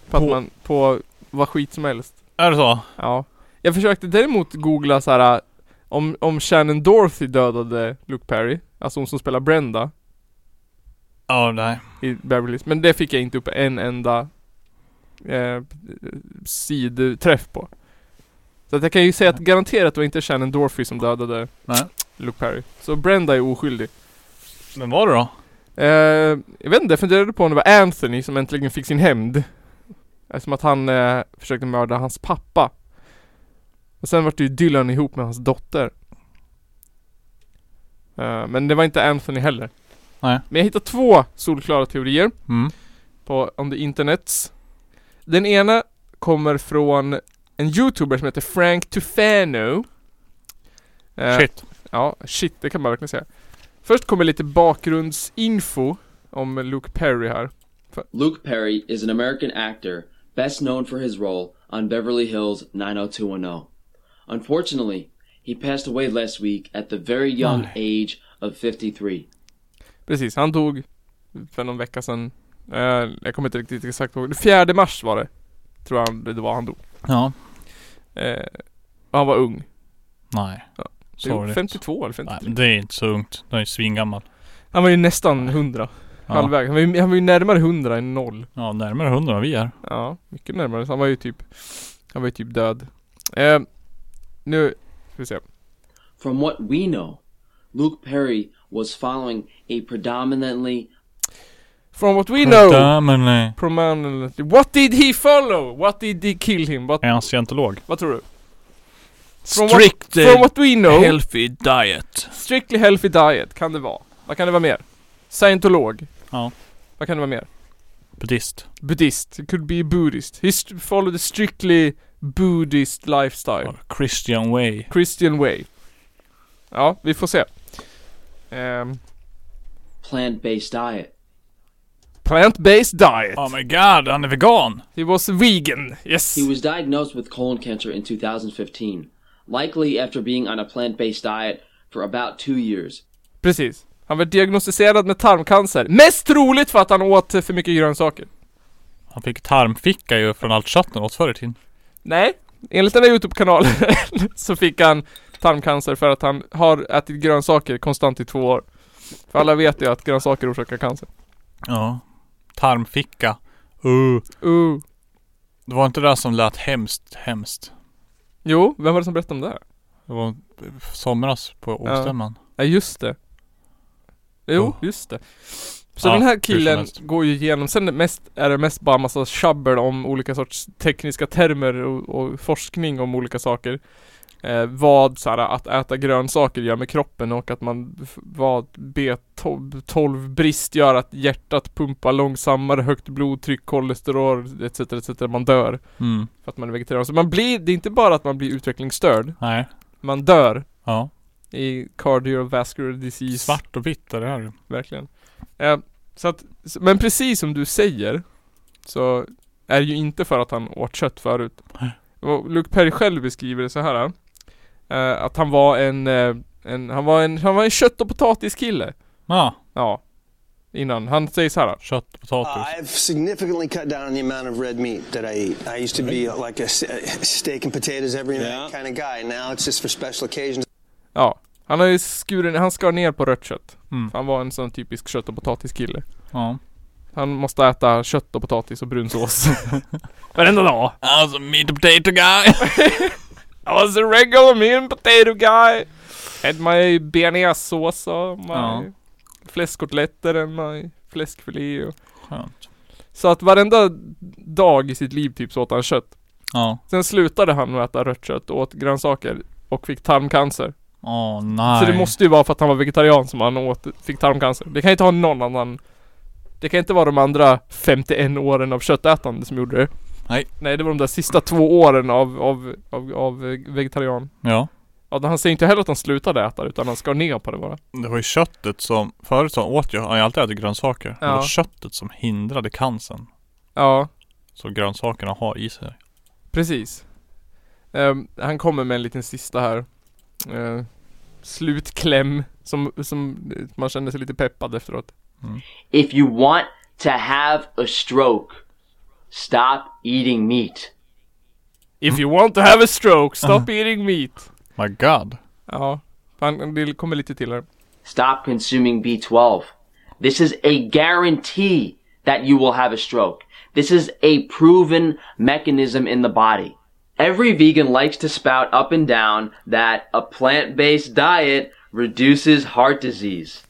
Speaker 2: på att
Speaker 1: På-
Speaker 2: man, på vad skit som helst.
Speaker 1: Är det så?
Speaker 2: Ja. Jag försökte däremot googla så här om, om Shannon Dorothy dödade Luke Perry, alltså hon som spelar Brenda
Speaker 1: Ja, nej.
Speaker 2: i Beverly Hills. Men det fick jag inte upp en enda eh, sidträff på. Så att jag kan ju säga att garanterat det var inte Shannon Dorothy som dödade
Speaker 1: Nej.
Speaker 2: Luke Perry. Så Brenda är oskyldig.
Speaker 1: Vem var det då?
Speaker 2: Eh, jag vet inte, jag funderade på om det var Anthony som äntligen fick sin hämnd. Eftersom att han eh, försökte mörda hans pappa. Och sen var det ju Dylan ihop med hans dotter. Eh, men det var inte Anthony heller.
Speaker 1: Nej.
Speaker 2: Men jag hittade två solklara teorier
Speaker 1: Mm.
Speaker 2: på, on the internets. Den ena kommer från en youtuber som heter Frank Tufano. Eh,
Speaker 1: Shit.
Speaker 2: Ja, shit, det kan man verkligen säga. Först kommer lite bakgrundsinfo om Luke Perry här.
Speaker 3: Luke Perry is an American actor best known for his role on Beverly Hills 90210. Unfortunately, he passed away last week at the very young
Speaker 1: Aye.
Speaker 3: age of 53.
Speaker 2: Precis, han dog för någon vecka sedan. Eh, jag kommer inte riktigt exakt ihåg. Den 4 mars var det. Tror jag han- det var han dog.
Speaker 1: Ja.
Speaker 2: Eh, han var ung.
Speaker 1: Nej.
Speaker 2: Ja. Det är
Speaker 1: Sorry.
Speaker 2: ju 52 eller 53.
Speaker 1: Nej, men det är inte så ungt. Den är ju svingammal.
Speaker 2: Han var ju nästan 100.
Speaker 1: Ja.
Speaker 2: Halvvägs. Han, var ju- han var ju närmare 100 än noll.
Speaker 1: Ja, närmare hundra än vi är.
Speaker 2: Ja, mycket närmare. Så Han var ju typ, han var ju typ död. Eh, nu, ska vi se.
Speaker 3: From what we know, Luke Perry was following a predominantly
Speaker 2: From what we know.
Speaker 1: Predominantly.
Speaker 2: Prominently. What did he follow? What did he kill him? What,
Speaker 1: Är han scientolog?
Speaker 2: vad tror du? From what-
Speaker 1: Strict eh,
Speaker 2: From what we know.
Speaker 1: healthy diet.
Speaker 2: Strictly healthy diet kan det vara. Vad kan det vara mer? Scientolog.
Speaker 1: Ja.
Speaker 2: Vad kan det vara mer?
Speaker 1: Buddhist.
Speaker 2: Buddhist. It could be Buddhist. He st- followed a strictly Buddhist lifestyle.
Speaker 1: Or Christian way.
Speaker 2: Christian way. Ja, vi får se. Ehm,
Speaker 3: plant-based diet.
Speaker 2: Plant-based diet.
Speaker 1: Oh my god, han är vegan!
Speaker 2: He was vegan. Yes.
Speaker 3: He was diagnosed with colon cancer in 2015, likely after being on a plant-based diet for about two years.
Speaker 2: Precis. Han var diagnostiserad med tarmcancer. Mest troligt för att han åt eh, för mycket grönsaker.
Speaker 1: Han fick tarmficka ju från allt kött han åt förr i tiden.
Speaker 2: Nej, enligt den här YouTube-kanalen så fick han tarmcancer för att han har ätit grönsaker konstant i två år. För alla vet ju att grönsaker orsakar cancer.
Speaker 1: Ja. Tarmficka. Uh.
Speaker 2: Uh.
Speaker 1: Det var inte det där som lät hemskt, hemskt.
Speaker 2: Jo, vem var det som berättade om det? här?
Speaker 1: Det var somras på
Speaker 2: Ja.
Speaker 1: årsstämman.
Speaker 2: Ja, just det. Jo,
Speaker 1: Oh.
Speaker 2: just det. Så
Speaker 1: Ja,
Speaker 2: den här
Speaker 1: hur som
Speaker 2: killen
Speaker 1: helst.
Speaker 2: går ju igenom, sen det mest, är det mest bara massa tjabbel om olika sorts tekniska termer och, och forskning om olika saker. Eh, vad så här, att äta grönsaker gör med kroppen och att man, f- vad B12-brist gör att hjärtat pumpar långsammare, högt blodtryck, kolesterol etc. etc. Man dör
Speaker 1: Mm.
Speaker 2: för att man är vegetarian. Så man blir, det är inte bara att man blir utvecklingsstörd,
Speaker 1: Nej.
Speaker 2: man dör
Speaker 1: Ja.
Speaker 2: i cardiovascular disease.
Speaker 1: Svart och vitt är det här.
Speaker 2: Verkligen. Eh, så att, s- men precis som du säger så är det ju inte för att han åt kött förut.
Speaker 1: Nej.
Speaker 2: Och Luke Perry själv beskriver det så här. Eh, att han var en, eh, en, han var en, han var en kött och potatiskille.
Speaker 1: Ja.
Speaker 2: Ja. Innan. Han säger så här.
Speaker 1: Kött och potatis.
Speaker 4: Uh, I've significantly cut down on the amount of red meat that I eat. I used to be like a s- a steak and potatoes every night kind of guy. Now it's just for special occasions.
Speaker 2: Ja. Han har ju skurit, han skar ner på rött kött.
Speaker 1: Mm.
Speaker 2: Han var en sån typisk kött och potatiskille.
Speaker 1: Ja.
Speaker 2: Han måste äta kött och potatis och brunsås. Varenda dag.
Speaker 1: Alltså meat and potato guy.
Speaker 2: I was a regular meat and potato guy. Had my bearnaisesås och my
Speaker 1: Ja.
Speaker 2: fläskkotletter and my fläskfilé. Och.
Speaker 1: Skönt.
Speaker 2: Så att varenda dag i sitt liv typ så åt han kött.
Speaker 1: Ja.
Speaker 2: Sen slutade han att äta rött kött och åt grönsaker och fick tarmcancer.
Speaker 1: Åh nej.
Speaker 2: Så det måste ju vara för att han var vegetarian som han åt, fick tarmcancer. Det kan inte ha någon annan Det kan inte vara de andra 51 åren av köttätande som gjorde det.
Speaker 1: Nej.
Speaker 2: Nej, det var de där sista två åren av, av, av, av eh, vegetarian.
Speaker 1: Ja.
Speaker 2: Ja, han säger inte heller att han slutade äta utan han skar ner på det bara.
Speaker 1: Det var ju köttet som, förut så åt jag, jag har alltid ätit grönsaker. Det
Speaker 2: Ja.
Speaker 1: var köttet som hindrade cancern.
Speaker 2: Ja,
Speaker 1: Som grönsakerna har i sig.
Speaker 2: precis. Ehm, han kommer med en liten sista här. Eh, slutkläm som, som eh, man känner sig lite peppad efteråt.
Speaker 3: If you want to have a stroke, stop eating meat.
Speaker 2: If you want to have a stroke, stop eating meat.
Speaker 1: My god.
Speaker 2: Ja, han, det kommer lite till här.
Speaker 3: Stop consuming B12. This is a guarantee that you will have a stroke. This is a proven mechanism in the body. Every vegan likes to spout up and down that a plant-based diet reduces heart disease.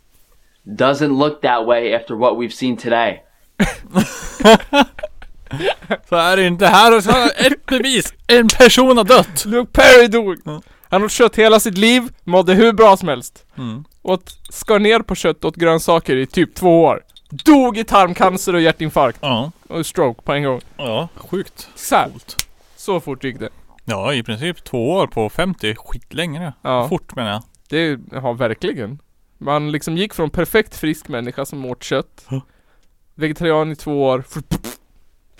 Speaker 3: Doesn't look that way after what we've seen today.
Speaker 1: Så är det inte. Här har jag ett bevis. En person har dött.
Speaker 2: Luke Perry dog! Han åt kött hela sitt liv, mådde hur bra som helst. Åt, skar ner på kött och åt grönsaker i typ två år. Dog i tarmcancer och hjärtinfarkt.
Speaker 1: Ja.
Speaker 2: Och stroke på en gång.
Speaker 1: Ja, sjukt.
Speaker 2: Så här.
Speaker 1: Coolt.
Speaker 2: Så fort gick det.
Speaker 1: Ja, i princip två år på 50. Skitlänge det.
Speaker 2: Ja.
Speaker 1: Fort menar jag.
Speaker 2: Det, ja verkligen. Man liksom gick från perfekt frisk människa som åt kött.
Speaker 1: Ja.
Speaker 2: Vegetarian i två år.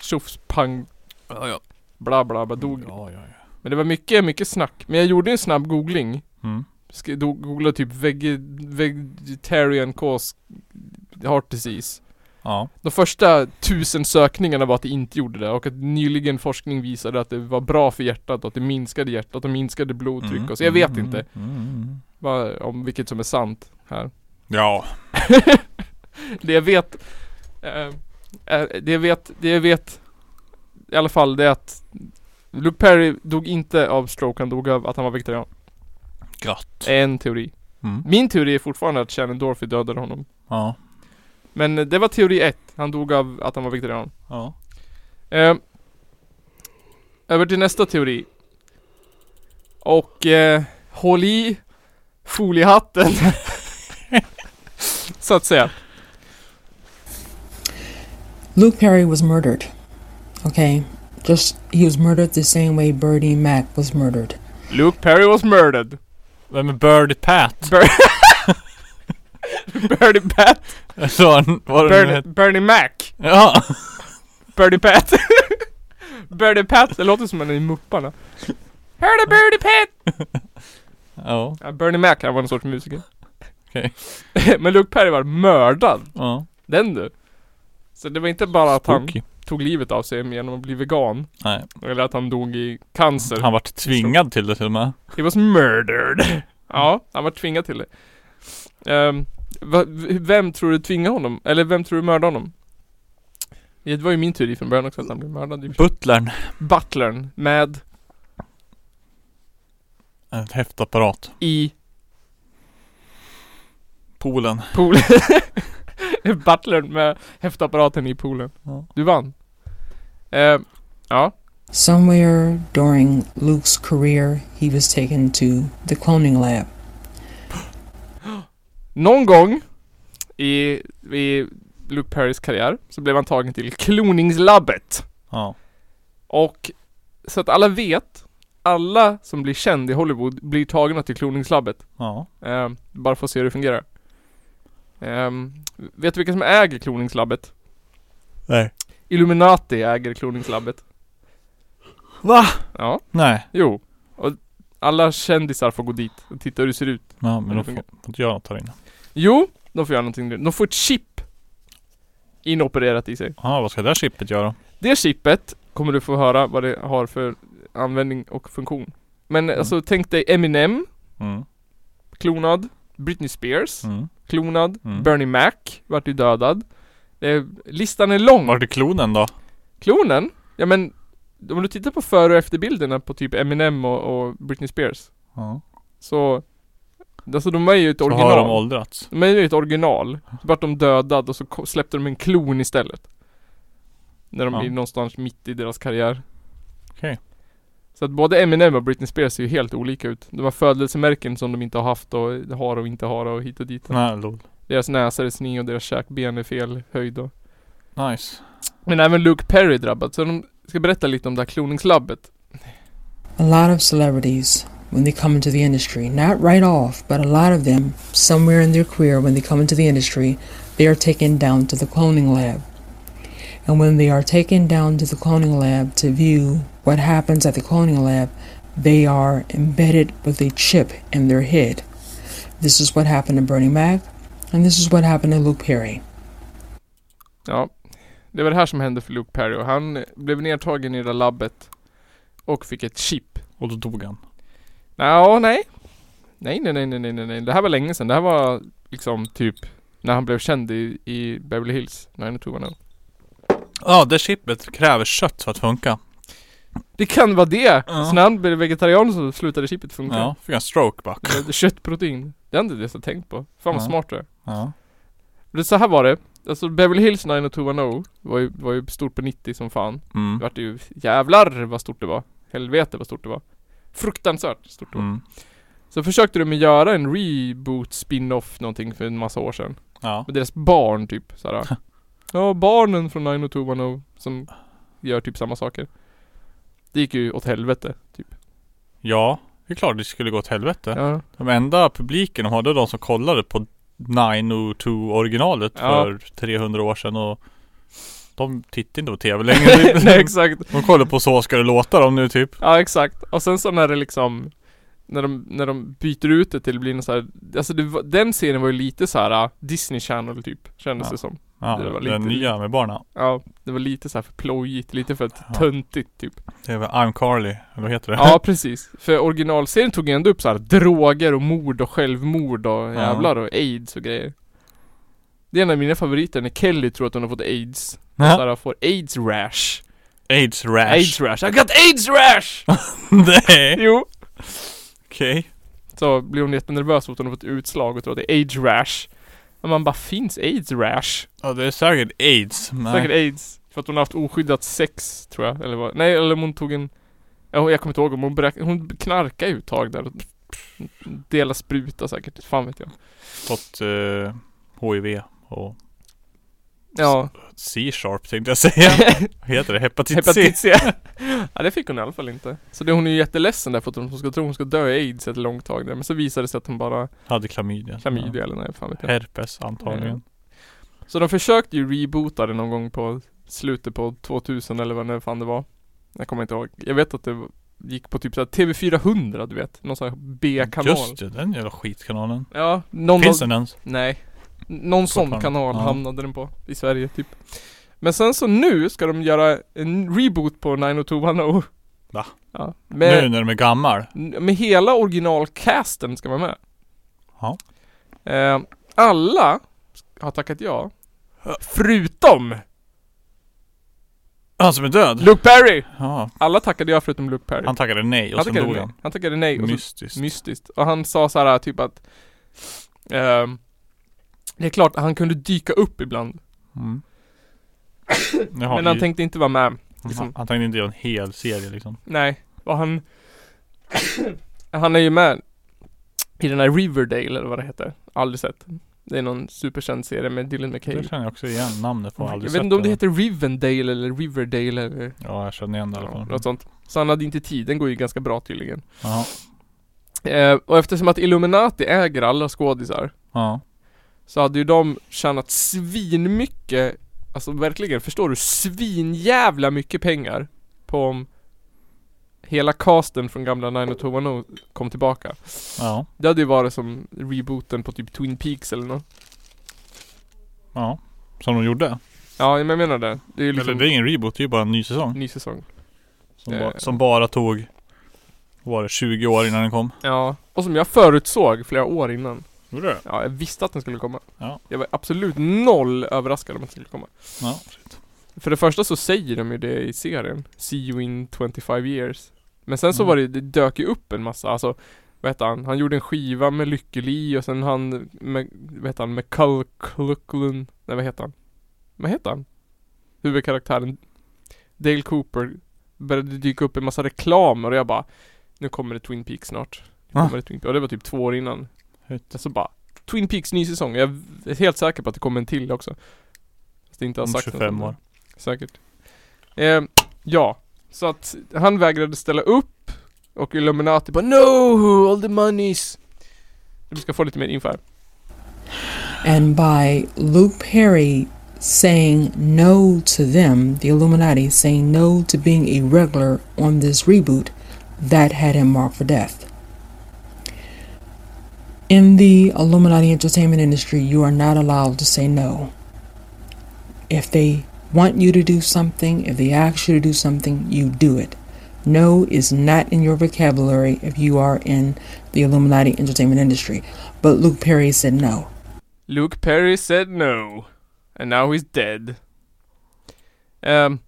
Speaker 2: Tjofs, pang,
Speaker 1: Ja, ja.
Speaker 2: bla bla bla, dog.
Speaker 1: Ja, ja,
Speaker 2: Men det var mycket, mycket snack. Men jag gjorde en snabb googling.
Speaker 1: Mm.
Speaker 2: Sk- do- googlade typ veg- vegetarian cause heart disease.
Speaker 1: Ja.
Speaker 2: De första tusen sökningarna var att det inte gjorde det och att nyligen forskning visade att det var bra för hjärtat och att det minskade hjärtat och minskade blodtryck
Speaker 1: Mm.
Speaker 2: och så. Jag vet inte vad, om vilket som är sant här.
Speaker 1: Ja.
Speaker 2: Det jag vet, eh, är- det jag vet, det jag vet i alla fall det är att Luke Perry dog inte av stroke, han dog av att han var vegetarian.
Speaker 1: Gott.
Speaker 2: En teori.
Speaker 1: Mm.
Speaker 2: Min teori är fortfarande att Shannon Dorothy dödade honom.
Speaker 1: Ja.
Speaker 2: Men eh, det var teori ett. Han dog av att han var vegetarian.
Speaker 1: Ja.
Speaker 2: Eh, över till nästa teori. Och eh, håll i foliehatten. Så att säga.
Speaker 5: Luke Perry was murdered. Okay? Just, he was murdered the same way Birdie Mac was murdered.
Speaker 2: Luke Perry was murdered.
Speaker 1: Vem är Birdie Pat?
Speaker 2: Birdie Pat.
Speaker 1: Så han, vad det nu
Speaker 2: Birdie,
Speaker 1: heter.
Speaker 2: Birdie Mac.
Speaker 1: Ja.
Speaker 2: Birdie Pat. Birdie Pat. Det låter som en i Mupparna. Hörde Birdie Pat.
Speaker 1: Ja.
Speaker 2: Ja, Bernie Mac han var en sorts musiker.
Speaker 1: Okej.
Speaker 2: Men Luke Perry var mördad.
Speaker 1: Ja.
Speaker 2: Den du. Så det var inte bara att han
Speaker 1: Spooky.
Speaker 2: tog livet av sig genom att bli vegan.
Speaker 1: Nej.
Speaker 2: Eller att han dog i cancer.
Speaker 1: Han vart tvingad till det till och med.
Speaker 2: He was murdered. ja, han var tvingad till det. Ehm, va, v- vem tror du tvingade honom? Eller vem tror du mördade honom? Det var ju min teori från början också att han blev mördad. i och för sig.
Speaker 1: Butlern.
Speaker 2: Butlern med
Speaker 1: En häftapparat.
Speaker 2: i
Speaker 1: Poolen.
Speaker 2: poolen. Butlern med häftapparaten i poolen.
Speaker 1: Ja.
Speaker 2: Du vann. Ehm, ja.
Speaker 5: Somewhere during Luke's career, he was taken to the cloning lab.
Speaker 2: Någon gång i, i Luke Perrys karriär så blev han tagen till kloningslabbet.
Speaker 1: Ja.
Speaker 2: Och så att alla vet, alla som blir känd i Hollywood blir tagna till kloningslabbet.
Speaker 1: Ja.
Speaker 2: Eh, bara för att se hur det fungerar. Ehm, vet du vilka som äger kloningslabbet?
Speaker 1: Nej.
Speaker 2: Illuminati äger kloningslabbet.
Speaker 1: Va?
Speaker 2: Ja,
Speaker 1: Nej.
Speaker 2: jo. Och alla kändisar får gå dit och titta hur det ser ut.
Speaker 1: Ja, men då får, får inte jag ta det in.
Speaker 2: Jo, de får göra någonting nu. De får ett chip inopererat i sig.
Speaker 1: Ja, vad ska det där chippet göra?
Speaker 2: Det chippet kommer du få höra vad det har för användning och funktion. Men alltså tänk dig Eminem,
Speaker 1: Mm.
Speaker 2: klonad. Britney Spears,
Speaker 1: Mm.
Speaker 2: klonad.
Speaker 1: Mm.
Speaker 2: Bernie Mac, vart ju dödad. Eh, listan är lång.
Speaker 1: Vart är klonen då?
Speaker 2: Klonen? Ja men, om du tittar på före och efterbilderna på typ Eminem och, och Britney Spears.
Speaker 1: Ja.
Speaker 2: Så, alltså de är ju ett
Speaker 1: Så
Speaker 2: original.
Speaker 1: har de åldrats.
Speaker 2: De är ju ett original. Så vart de dödad och så ko- släppte de en klon istället. När de
Speaker 1: Ja.
Speaker 2: är någonstans mitt i deras karriär.
Speaker 1: Okej.
Speaker 2: Så att både Eminem och Britney Spears ser ju helt olika ut. De har födelsemärken som de inte har haft och har och inte har och hit och dit.
Speaker 1: Nej, lol.
Speaker 2: Deras näsa är sned och deras käkben är fel höjd och...
Speaker 1: Nice.
Speaker 2: Men även Luke Perry är drabbad. Så de ska berätta lite om det här kloningslabbet.
Speaker 5: A lot of celebrities, when they come into the industry, not right off, but a lot of them, somewhere in their career, when they come into the industry, they are taken down to the cloning lab. And when they are taken down to the cloning lab to view what happens at the cloning lab, they are embedded with a chip in their head. This is what happened to Bernie Mac, and this is what happened to Luke Perry.
Speaker 2: Ja. Det var det här som hände för Luke Perry och han eh, blev nedtagen i det där labbet. Och fick ett chip.
Speaker 1: Och då dog han.
Speaker 2: Ja, nej. Nej, nej, nej, nej, nej, nej, nej. Det här var länge sedan. Det här var liksom typ när han blev känd i, i Beverly Hills, 90210.
Speaker 1: Ja, det chippet kräver kött för att funka.
Speaker 2: Det kan vara det!
Speaker 1: Ja.
Speaker 2: Så när han blev vegetarian så slutade chippet funka.
Speaker 1: Ja, fick en stroke bara.
Speaker 2: Det blev köttprotein. Det är inte det jag tänkt på. Fan vad
Speaker 1: Ja.
Speaker 2: smart det är.
Speaker 1: Ja.
Speaker 2: Men Så här var det. Alltså Beverly Hills 90210 var ju, var ju stort på 90 som fan. Det
Speaker 1: Mm.
Speaker 2: vart ju jävlar vad stort det var. Helvete vad stort det var. Fruktansvärt stort det var.
Speaker 1: Mm.
Speaker 2: Så försökte de ju göra en reboot spin-off någonting för en massa år sedan.
Speaker 1: Ja.
Speaker 2: Med deras barn typ såhär. ja, barnen från 90210 som gör typ samma saker. Det gick ju åt helvete typ.
Speaker 1: Ja, det är klart det skulle gå åt helvete.
Speaker 2: Ja.
Speaker 1: De enda publiken de hade de som kollade på 902 originalet
Speaker 2: Ja.
Speaker 1: för 300 år sedan och de tittar inte på tv längre.
Speaker 2: Nej exakt.
Speaker 1: de kollar på Så ska det låta dem nu typ.
Speaker 2: Ja exakt. Och sen så när det liksom när de, när de byter ut det till det blir någon så här, alltså det, var- den serien var ju lite så här Disney Channel typ, kändes
Speaker 1: Ja.
Speaker 2: det som.
Speaker 1: Ja,
Speaker 2: Det var
Speaker 1: den
Speaker 2: lite-
Speaker 1: nya med barna.
Speaker 2: Ja, det var lite så här för plojigt, lite för att töntigt typ.
Speaker 1: Det är väl I'm Carly, eller vad heter det?
Speaker 2: Ja, precis. För originalserien tog ju ändå upp så här droger och mord och självmord och jävlar och aids och grejer. Det är en av mina favoriter när Kelly tror att hon har fått aids. Och
Speaker 1: Ja.
Speaker 2: så här får aids rash.
Speaker 1: AIDS Rash.
Speaker 2: Aids rash. I got aids rash!
Speaker 1: Nej,
Speaker 2: jo!
Speaker 1: okej.
Speaker 2: Så blir hon jättenervös för att hon har fått utslag och tror att det är aids rash. Men man bara, finns aids rash?
Speaker 1: Ja, det är säkert AIDS. Men...
Speaker 2: Säkert aids. För att hon har haft oskyddat sex, tror jag. Eller vad? Nej, eller om hon tog en... Ja, hon- jag kommer inte ihåg om hon beräk... Hon knarkade ju ett tag där och delade spruta säkert. Fan vet jag.
Speaker 1: Fått eh, HIV och
Speaker 2: Ja,
Speaker 1: C-sharp tänkte jag säga. vad heter det? Hepatit, C?
Speaker 2: hepatit C. ja, det fick hon i alla fall inte. Så det, hon är ju jätteledsen där för att hon ska tro hon ska dö i aids ett långt tag där. Men så visade det sig att hon bara
Speaker 1: Hade klamydia.
Speaker 2: klamydia eller nej, fan vet
Speaker 1: Ja.
Speaker 2: jag.
Speaker 1: Herpes antagligen.
Speaker 2: Så de försökte ju reboota det någon gång på slutet på 2000 eller vad det fan det var. Jag kommer inte ihåg. Jag vet att det gick på typ såhär TV400 du vet. Någon sån här B-kanal.
Speaker 1: Just det, den jävla skitkanalen.
Speaker 2: Ja, någon
Speaker 1: Finns
Speaker 2: var-
Speaker 1: den ens?
Speaker 2: Nej. N- Någon sån
Speaker 1: Fortfarande.
Speaker 2: kanal
Speaker 1: Ja.
Speaker 2: hamnade den på i Sverige typ. Men sen så nu ska de göra en reboot på 90210.
Speaker 1: Va?
Speaker 2: Ja.
Speaker 1: Nu
Speaker 2: Med,
Speaker 1: när de är gammal.
Speaker 2: med hela originalcasten ska vara med.
Speaker 1: Ja.
Speaker 2: Eh, alla har tackat ja. Förutom
Speaker 1: Han som är död?
Speaker 2: Luke Perry!
Speaker 1: Ja,
Speaker 2: Alla tackade ja förutom Luke Perry.
Speaker 1: han tackade nej och
Speaker 2: Han
Speaker 1: sen
Speaker 2: tackade
Speaker 1: dog
Speaker 2: nej.
Speaker 1: han.
Speaker 2: Han tackade nej. Och så,
Speaker 1: Mystiskt.
Speaker 2: mystiskt. Och han sa så här typ att ehm, Det är klart att han kunde dyka upp ibland.
Speaker 1: Mm. Jaha,
Speaker 2: men han
Speaker 1: i-
Speaker 2: tänkte inte vara med. liksom-
Speaker 1: han, han tänkte inte göra en hel serie liksom.
Speaker 2: Nej, och han Han är ju med i den här Riverdale eller vad det heter. Aldrig sett. Det är någon superkänd serie med Dylan
Speaker 1: Det
Speaker 2: McKay.
Speaker 1: känner jag också igen namnet på.
Speaker 2: Jag
Speaker 1: aldrig
Speaker 2: vet
Speaker 1: sett
Speaker 2: inte om det
Speaker 1: den.
Speaker 2: heter Rivendale eller Riverdale eller
Speaker 1: Ja, jag känner igen det i alla
Speaker 2: ja,
Speaker 1: fall.
Speaker 2: något sånt. Så han hade inte tid, den går ju ganska bra tydligen.
Speaker 1: Ja.
Speaker 2: Eh, och eftersom att Illuminati äger alla skådisar
Speaker 1: Ja.
Speaker 2: Så hade ju de tjänat svinmycket Alltså verkligen, förstår du? Svinjävla mycket pengar På om Hela casten från gamla 90210 kom tillbaka
Speaker 1: Ja.
Speaker 2: Det hade ju varit som rebooten på typ Twin Peaks eller något
Speaker 1: Ja. Som de gjorde.
Speaker 2: Ja, men jag menar det Det är ju
Speaker 1: Eller det är
Speaker 2: liksom
Speaker 1: ingen reboot, det är ju bara en ny säsong.
Speaker 2: ny säsong
Speaker 1: Som,
Speaker 2: Eh.
Speaker 1: bara, som bara tog, vad var det 20 år innan den kom?
Speaker 2: Ja, och som jag förutsåg flera år innan
Speaker 1: Gjorde det?
Speaker 2: Ja, jag visste att den skulle komma
Speaker 1: Ja.
Speaker 2: Jag var absolut noll överraskad om att den skulle komma
Speaker 1: Ja.
Speaker 2: För det första så säger de ju det i serien See you in 25 years Men sen så
Speaker 1: Mm.
Speaker 2: var det, det dök ju upp en massa, alltså Vad heter han? Han gjorde en skiva med Lykke Li och sen han med, Vad heter han? Med Culklun Nej vad heter han? Vad heter han? Huvudkaraktären Dale Cooper Började dyka upp en massa reklamer och jag bara Nu kommer det Twin Peaks snart Nu
Speaker 1: Ah.
Speaker 2: kommer det Twin Peaks Och det var typ två år innan
Speaker 1: Hut.
Speaker 2: Så bara Twin Peaks ny säsong Jag är helt säker på att det kommer en till också Fast det inte har
Speaker 1: Om
Speaker 2: sagt något
Speaker 1: 25
Speaker 2: det.
Speaker 1: år.
Speaker 2: Säkert. Eh, ja, så att han vägrade ställa upp och Illuminati bara No! All the monies! Du ska få lite mer info här.
Speaker 5: And by Luke Perry saying no to them, the Illuminati saying no to being a regular on this reboot, that had him marked for death. In the Illuminati entertainment industry, you are not allowed to say no. If they want you to do something, if they ask you to do something, you do it. No is not in your vocabulary if you are in the Illuminati entertainment industry. But Luke Perry said no.
Speaker 2: Luke Perry said no. And now he's dead. Ehm,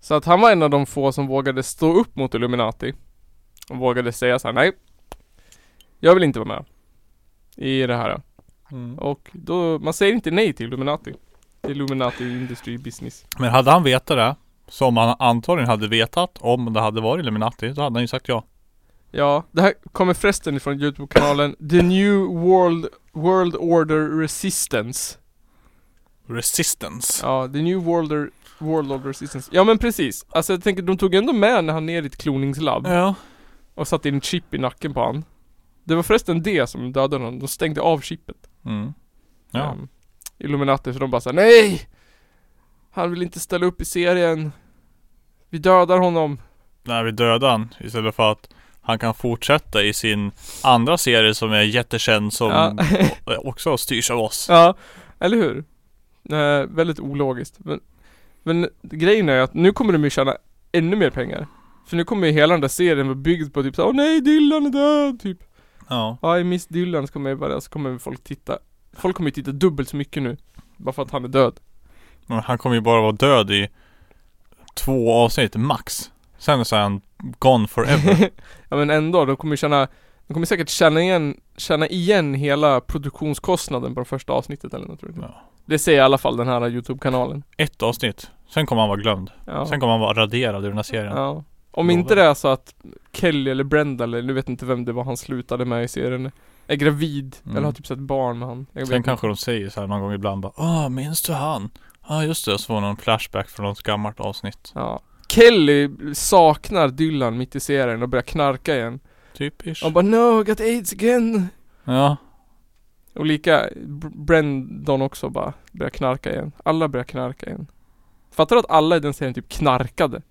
Speaker 2: så att han var en av de få som vågade stå upp mot Illuminati. Och vågade säga så här: nej. Jag vill inte vara med. I det här.
Speaker 1: Mm.
Speaker 2: Och då, man säger inte nej till Illuminati. Till Illuminati Industry Business.
Speaker 1: Men hade han vetat det, som han antagligen hade vetat om det hade varit Illuminati, då hade han ju sagt ja.
Speaker 2: Ja, det här kommer förresten ifrån Youtube-kanalen The New World, World Order Resistance
Speaker 1: Resistance.
Speaker 2: Ja, The New World, Order- World Order Resistance Ja men precis, alltså jag tänker de tog ändå med när han ner i ett kloningslabb
Speaker 1: Ja.
Speaker 2: och satte in en chip i nacken på han Det var förresten det som dödade honom, de stängde av chippet
Speaker 1: Mm. Ja.
Speaker 2: Ehm, Illuminati, för de bara sa NEJ! Han vill inte ställa upp i serien Vi dödar honom
Speaker 1: När vi dödar han istället för att han kan fortsätta i sin andra serie som är jättekänd som
Speaker 2: Ja.
Speaker 1: också styrs av oss.
Speaker 2: Ja, Eller hur? Eh, väldigt ologiskt. Men, men grejen är att nu kommer de ju tjäna ännu mer pengar. För nu kommer ju hela den där serien vara byggd på typ såhär, åh nej Dylan är död, typ.
Speaker 1: Ja.
Speaker 2: I miss Dylan, så kommer, jag bara, så kommer folk titta. Folk kommer ju titta dubbelt så mycket nu. Bara för att han är död.
Speaker 1: Men han kommer ju bara vara död i två avsnitt max. Sen så är han gone forever.
Speaker 2: Ja men ändå, de kommer ju tjäna, de kommer säkert tjäna igen, tjäna igen hela produktionskostnaden på det första avsnittet eller något tror jag.
Speaker 1: Ja.
Speaker 2: Det säger i alla fall den här YouTube-kanalen.
Speaker 1: Ett avsnitt. Sen kommer han vara glömd.
Speaker 2: Ja.
Speaker 1: Sen kommer han vara raderad ur den här serien.
Speaker 2: Ja. Om inte det är så att Kelly eller Brenda eller nu vet inte vem det var han slutade med i serien Är gravid
Speaker 1: Mm.
Speaker 2: eller har typ sett barn med han jag vet
Speaker 1: Sen
Speaker 2: inte.
Speaker 1: kanske de säger så här någon gång ibland bara Åh, minns du han? Ja ah, just det, så var det någon flashback från något gammalt avsnitt.
Speaker 2: ja. Kelly saknar Dylan mitt i serien och börjar knarka igen
Speaker 1: Typiskt.
Speaker 2: Han bara 'No, I got aids again'
Speaker 1: Ja.
Speaker 2: Och lika Br- Brendon också bara börjar knarka igen Alla börjar knarka igen Fattar du att alla i den serien typ knarkade?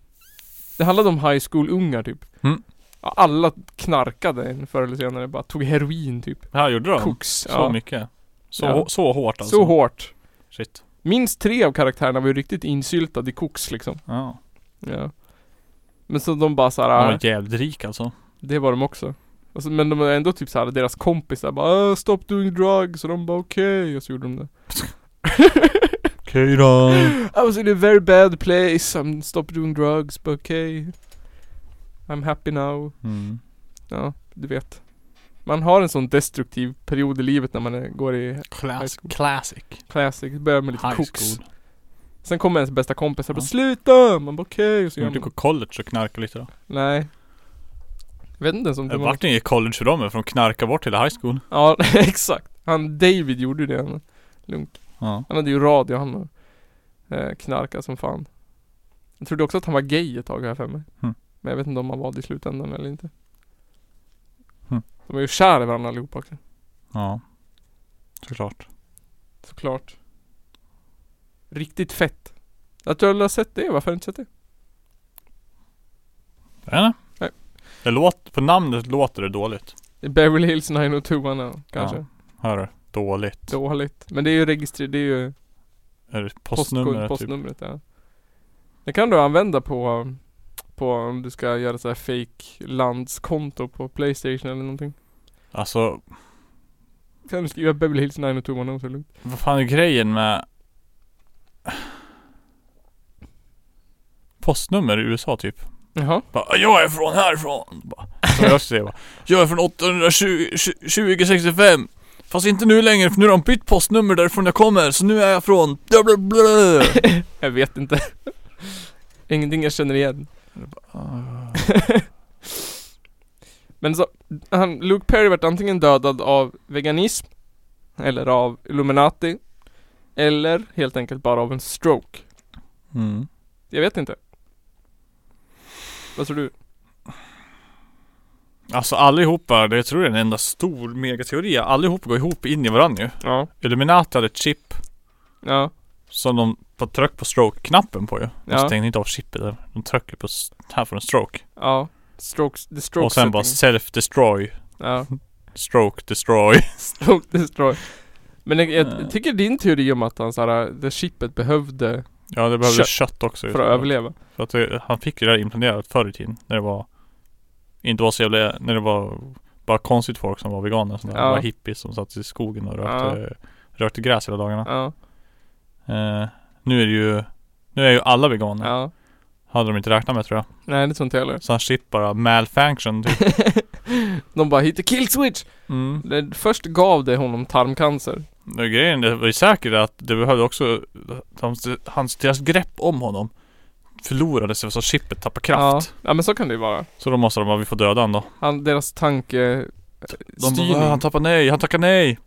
Speaker 2: Det handlade om high school-ungar typ
Speaker 1: Mm.
Speaker 2: Ja, Alla knarkade en förr eller senare bara, tog heroin typ
Speaker 1: Det här gjorde de.
Speaker 2: Koks
Speaker 1: Så
Speaker 2: ja.
Speaker 1: mycket. Så,
Speaker 2: Ja.
Speaker 1: så hårt alltså.
Speaker 2: Så hårt
Speaker 1: Shit.
Speaker 2: Minst tre av karaktärerna var ju riktigt insyltade i koks liksom.
Speaker 1: Ja.
Speaker 2: Ja. Men så de bara
Speaker 1: Han
Speaker 2: såhär,
Speaker 1: var jävligt rik alltså.
Speaker 2: det var de också. Och så- men de var ändå typ såhär, deras kompisar bara "Ah, 'Stop doing drugs' och de bara okej, och så gjorde de det.
Speaker 1: Okej då.
Speaker 2: I was in a very bad place, I'm stop doing drugs, but okej. I'm happy now.
Speaker 1: Mm.
Speaker 2: Ja, du vet. Man har en sån destruktiv period i livet när man är, går i
Speaker 1: Class,
Speaker 2: High
Speaker 1: classic.
Speaker 2: classic, börjar med lite
Speaker 1: High
Speaker 2: koks.
Speaker 1: school.
Speaker 2: Sen kommer ens bästa kompisar och bara
Speaker 1: Ja.
Speaker 2: 'Sluta!' Man bara okej, och så
Speaker 1: Ska
Speaker 2: gör
Speaker 1: du
Speaker 2: man
Speaker 1: gå Typ college och knarka lite då?
Speaker 2: Nej. Jag vet inte ens om det
Speaker 1: Det
Speaker 2: var...
Speaker 1: Eh, vart inget college för dem från knarka bort till high school.
Speaker 2: Ja, exakt. Han David gjorde ju det. Han, lugnt.
Speaker 1: Ja.
Speaker 2: Han hade ju radio han. Eh, knarka som fan. Jag trodde också att han var gay ett tag här för mig.
Speaker 1: Mm.
Speaker 2: Men jag vet inte om han var det i slutändan eller inte.
Speaker 1: Mm.
Speaker 2: De var ju kära i varandra allihopa också.
Speaker 1: Ja. Såklart.
Speaker 2: Såklart. Riktigt fett. Jag tror jag har sett det. Varför har jag inte sett det?
Speaker 1: Eller?
Speaker 2: Nej.
Speaker 1: Det låter, på namnet låter det dåligt.
Speaker 2: I Beverly Hills 90210 kanske.
Speaker 1: Ja. Hör du? Dåligt.
Speaker 2: Dåligt. Men det är ju registrerat. Det är ju
Speaker 1: Är det
Speaker 2: Postkod,
Speaker 1: postnumret typ?
Speaker 2: postnumret ja. Det kan du använda på, på om du ska göra så här fake landskonto på Playstation eller någonting.
Speaker 1: Alltså,
Speaker 2: Kan du skriva Beverly Hills 90210 så är det lugnt.
Speaker 1: vad fan är grejen med postnummer i USA typ?
Speaker 2: Jaha.
Speaker 1: Bara, jag är från härifrån. Bara, som jag också säger bara, jag är från 82065. Fast inte nu längre för nu har de bytt postnummer därifrån jag kommer så nu är jag från bla bla bla.
Speaker 2: Jag vet inte. Ingenting jag känner igen.
Speaker 1: Ah,
Speaker 2: Men så, han, Luke Perry vart antingen dödad av veganism, eller av Illuminati, eller helt enkelt bara av en stroke.
Speaker 1: Mm.
Speaker 2: Jag vet inte. Vad tror du?
Speaker 1: Alltså allihopa, det jag tror jag är en enda stor megateori. Allihopa går ihop in i varandra ju.
Speaker 2: Ja.
Speaker 1: Illuminati hade ett chip
Speaker 2: Ja.
Speaker 1: som de på tryck på stroke-knappen på ju. De
Speaker 2: Ja.
Speaker 1: stängde inte av chippet där. De tryckte på, s- här får en stroke.
Speaker 2: Ja. Strokes, the stroke
Speaker 1: och sen bara
Speaker 2: setting.
Speaker 1: self-destroy.
Speaker 2: Ja.
Speaker 1: Stroke destroy.
Speaker 2: Don't destroy. Men jag,
Speaker 1: Eh.
Speaker 2: jag tycker din teori om att han såhär, det chippet behövde
Speaker 1: ja det behövde
Speaker 2: Kött.
Speaker 1: kött också. ju.
Speaker 2: för att överleva.
Speaker 1: För att det, han fick ju det där implanterat förr i tiden. När det var inte var så jävla, när det var bara konstigt folk som var veganer. och Sånt där.
Speaker 2: Ja.
Speaker 1: Det var hippies som satt i skogen och rökte, rökte gräs hela dagarna.
Speaker 2: Ja,
Speaker 1: Eh, nu är det ju nu är ju alla veganer.
Speaker 2: ja.
Speaker 1: Hade de inte räknat med tror jag.
Speaker 2: Nej det tror inte jag heller.
Speaker 1: Så han chip bara malfunction typ.
Speaker 2: De bara hit the kill switch!
Speaker 1: Mm.
Speaker 2: Det- Först gav det honom tarmcancer.
Speaker 1: Men Grejen det var ju säkert att det behövde också hans, hans, deras grepp om honom förlorades så chippet tappade kraft.
Speaker 2: Ja. ja men så kan det ju vara.
Speaker 1: Så då måste de bara, vi får döda honom då.
Speaker 2: Han, deras tanke... eh,
Speaker 1: De
Speaker 2: styrning.
Speaker 1: bara, han tappar nej, han tackar nej.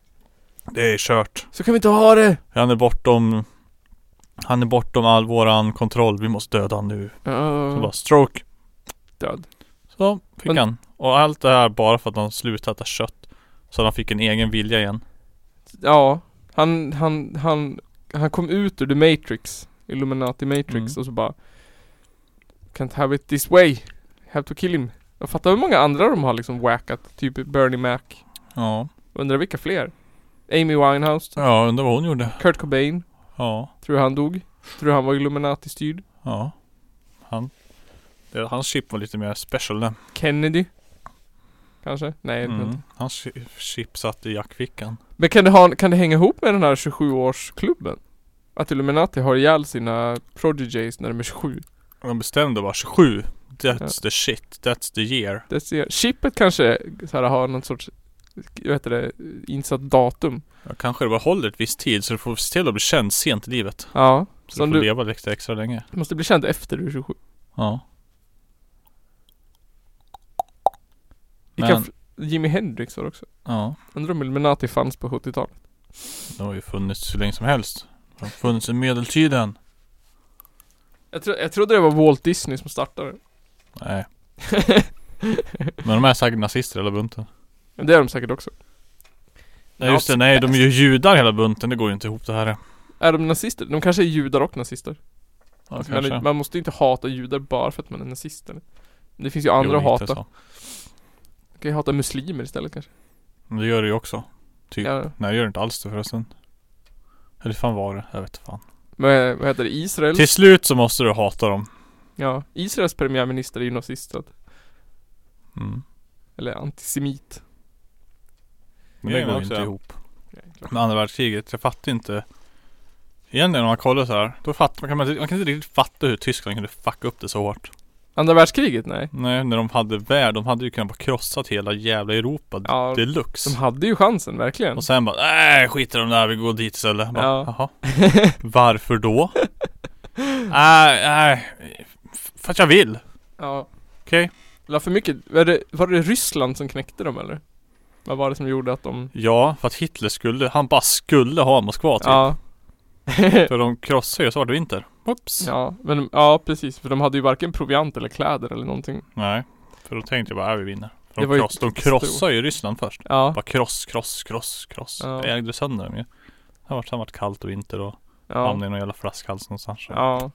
Speaker 1: Det är kört.
Speaker 2: Så kan vi inte ha det!
Speaker 1: Han är bortom Han är bortom all våran kontroll. Vi måste döda han nu. Så
Speaker 2: Uh,
Speaker 1: bara stroke.
Speaker 2: död.
Speaker 1: Så fick
Speaker 2: Men-
Speaker 1: han. Och allt det här bara för att han slutade äta kött. Så han fick en egen vilja igen.
Speaker 2: Ja. Han, han, han, han kom ut ur the matrix. Illuminati matrix
Speaker 1: Mm.
Speaker 2: och så bara Can't have it this way. Have to kill him. Jag fattar hur många andra de har liksom wackat. Typ Bernie Mac.
Speaker 1: Ja.
Speaker 2: Undrar vilka fler? Amy Winehouse.
Speaker 1: Ja, undrar vad hon gjorde.
Speaker 2: Kurt Cobain.
Speaker 1: Ja,
Speaker 2: Tror du han dog? Tror du han var Illuminati-styrd?
Speaker 1: ja. Han. det- Hans chip var lite mer special den. Kennedy.
Speaker 2: Kanske? Nej, mm.
Speaker 1: Mm.
Speaker 2: inte.
Speaker 1: Hans chi- chip satt i jackfickan.
Speaker 2: Men kan det, ha, kan det hänga ihop med den här 27-årsklubben? Att Illuminati har ihjäl sina prodigies när de är 27?
Speaker 1: De bestämde bara 27. That's the shit. That's the year.
Speaker 2: Det ser, chippet kanske så här, har någon sorts, vad heter det, insatt datum?
Speaker 1: Ja, kanske det bara håller ett visst tid så du får se till att bli känd sent i livet.
Speaker 2: Ja.
Speaker 1: Så
Speaker 2: Som
Speaker 1: du får
Speaker 2: du-
Speaker 1: leva lite extra länge.
Speaker 2: Du måste bli känd efter du är 27.
Speaker 1: Ja.
Speaker 2: Vilka
Speaker 1: Men-
Speaker 2: fl- Jimi Hendrix var det också.
Speaker 1: Ja.
Speaker 2: Undrar om Illuminati fanns på 70-talet.
Speaker 1: De har ju funnits hur länge som helst. De har funnits i medeltiden.
Speaker 2: Jag, tro, jag trodde det var Walt Disney som startade det.
Speaker 1: Nej. Men de är säkert nazister hela bunten.
Speaker 2: Men det är de säkert också.
Speaker 1: Nej just det, nej de är ju judar hela bunten. Det går ju inte ihop det här.
Speaker 2: Är de nazister? De kanske är judar och nazister.
Speaker 1: Ja,
Speaker 2: Alltså, man,
Speaker 1: kanske.
Speaker 2: man måste inte hata judar bara för att man är nazist eller? Det finns ju andra att
Speaker 1: Jo,
Speaker 2: hata.
Speaker 1: lite så.
Speaker 2: Man kan ju hata muslimer istället kanske.
Speaker 1: Men det gör det ju också. Typ.
Speaker 2: Ja.
Speaker 1: Nej det gör det inte alls det förresten. Eller fan var det? Jag vet fan.
Speaker 2: Men vad heter det? Israel?
Speaker 1: Till slut så måste du hata dem.
Speaker 2: ja, Israels premiärminister är ju nazist. så att-
Speaker 1: Mm.
Speaker 2: Eller antisemit.
Speaker 1: Men det
Speaker 6: Grejen
Speaker 1: går ju
Speaker 6: också,
Speaker 1: inte
Speaker 6: ja.
Speaker 1: ihop. Med andra världskriget. Jag fattar inte. Egentligen om man kollar så här. Då fattar man, kan man, man kan inte riktigt fatta hur Tyskland kunde fucka upp det så hårt.
Speaker 2: Andra världskriget? Nej.
Speaker 1: Nej, när de hade värld. De hade ju kunnat bara krossat hela jävla Europa
Speaker 2: Ja,
Speaker 1: deluxe.
Speaker 2: De hade ju chansen verkligen.
Speaker 1: Och sen bara, nej skit i de där, vi går dit istället. Bara,
Speaker 2: Ja.
Speaker 1: Jaha. Varför då? Nej, nej. f- För att jag vill.
Speaker 2: Ja.
Speaker 1: Okej.
Speaker 2: La för mycket. Var det, var det Ryssland som knäckte dem eller? Vad var det som gjorde att de...
Speaker 1: Ja, för att Hitler skulle, han bara skulle ha Moskva typ.
Speaker 2: Ja.
Speaker 1: För de krossade ju och så var det vinter. Oops.
Speaker 2: ja, men ja precis. För de hade ju varken proviant eller kläder eller någonting.
Speaker 1: Nej. För då tänkte jag bara, ja vi vinner. För
Speaker 2: Det
Speaker 1: de,
Speaker 2: var ju
Speaker 1: kross, de
Speaker 2: stor-
Speaker 1: krossade ju Ryssland först.
Speaker 2: Ja.
Speaker 1: Bara kross, kross, kross, kross.
Speaker 2: Ja.
Speaker 1: Ägde sönder dem ju. Det har varit, varit kallt och vinter och
Speaker 2: Ja.
Speaker 1: hamnade i någon jävla flaskhals någonstans.
Speaker 2: ja.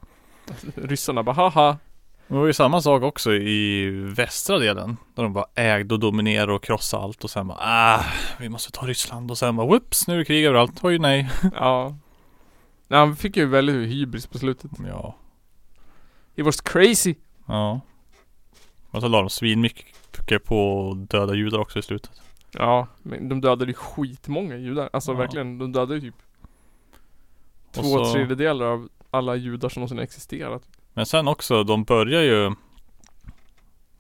Speaker 2: Ryssarna bara haha.
Speaker 1: Det var ju samma sak också i västra delen. Där de bara ägde och dominerade och krossade allt och sen bara ah, vi måste ta Ryssland och sen bara whoops, nu är det krig överallt. Oj nej.
Speaker 2: Ja. Nej, han fick ju väldigt hybris på slutet.
Speaker 1: Ja.
Speaker 2: He was crazy.
Speaker 1: Ja. Men så la de svinmycket på döda judar också i slutet.
Speaker 2: Ja, men de dödade ju skitmånga judar. Alltså
Speaker 1: Ja.
Speaker 2: verkligen, de dödade ju typ
Speaker 1: Och
Speaker 2: två
Speaker 1: så-
Speaker 2: tredjedelar av alla judar som någonsin existerat.
Speaker 1: Men sen också, de börjar ju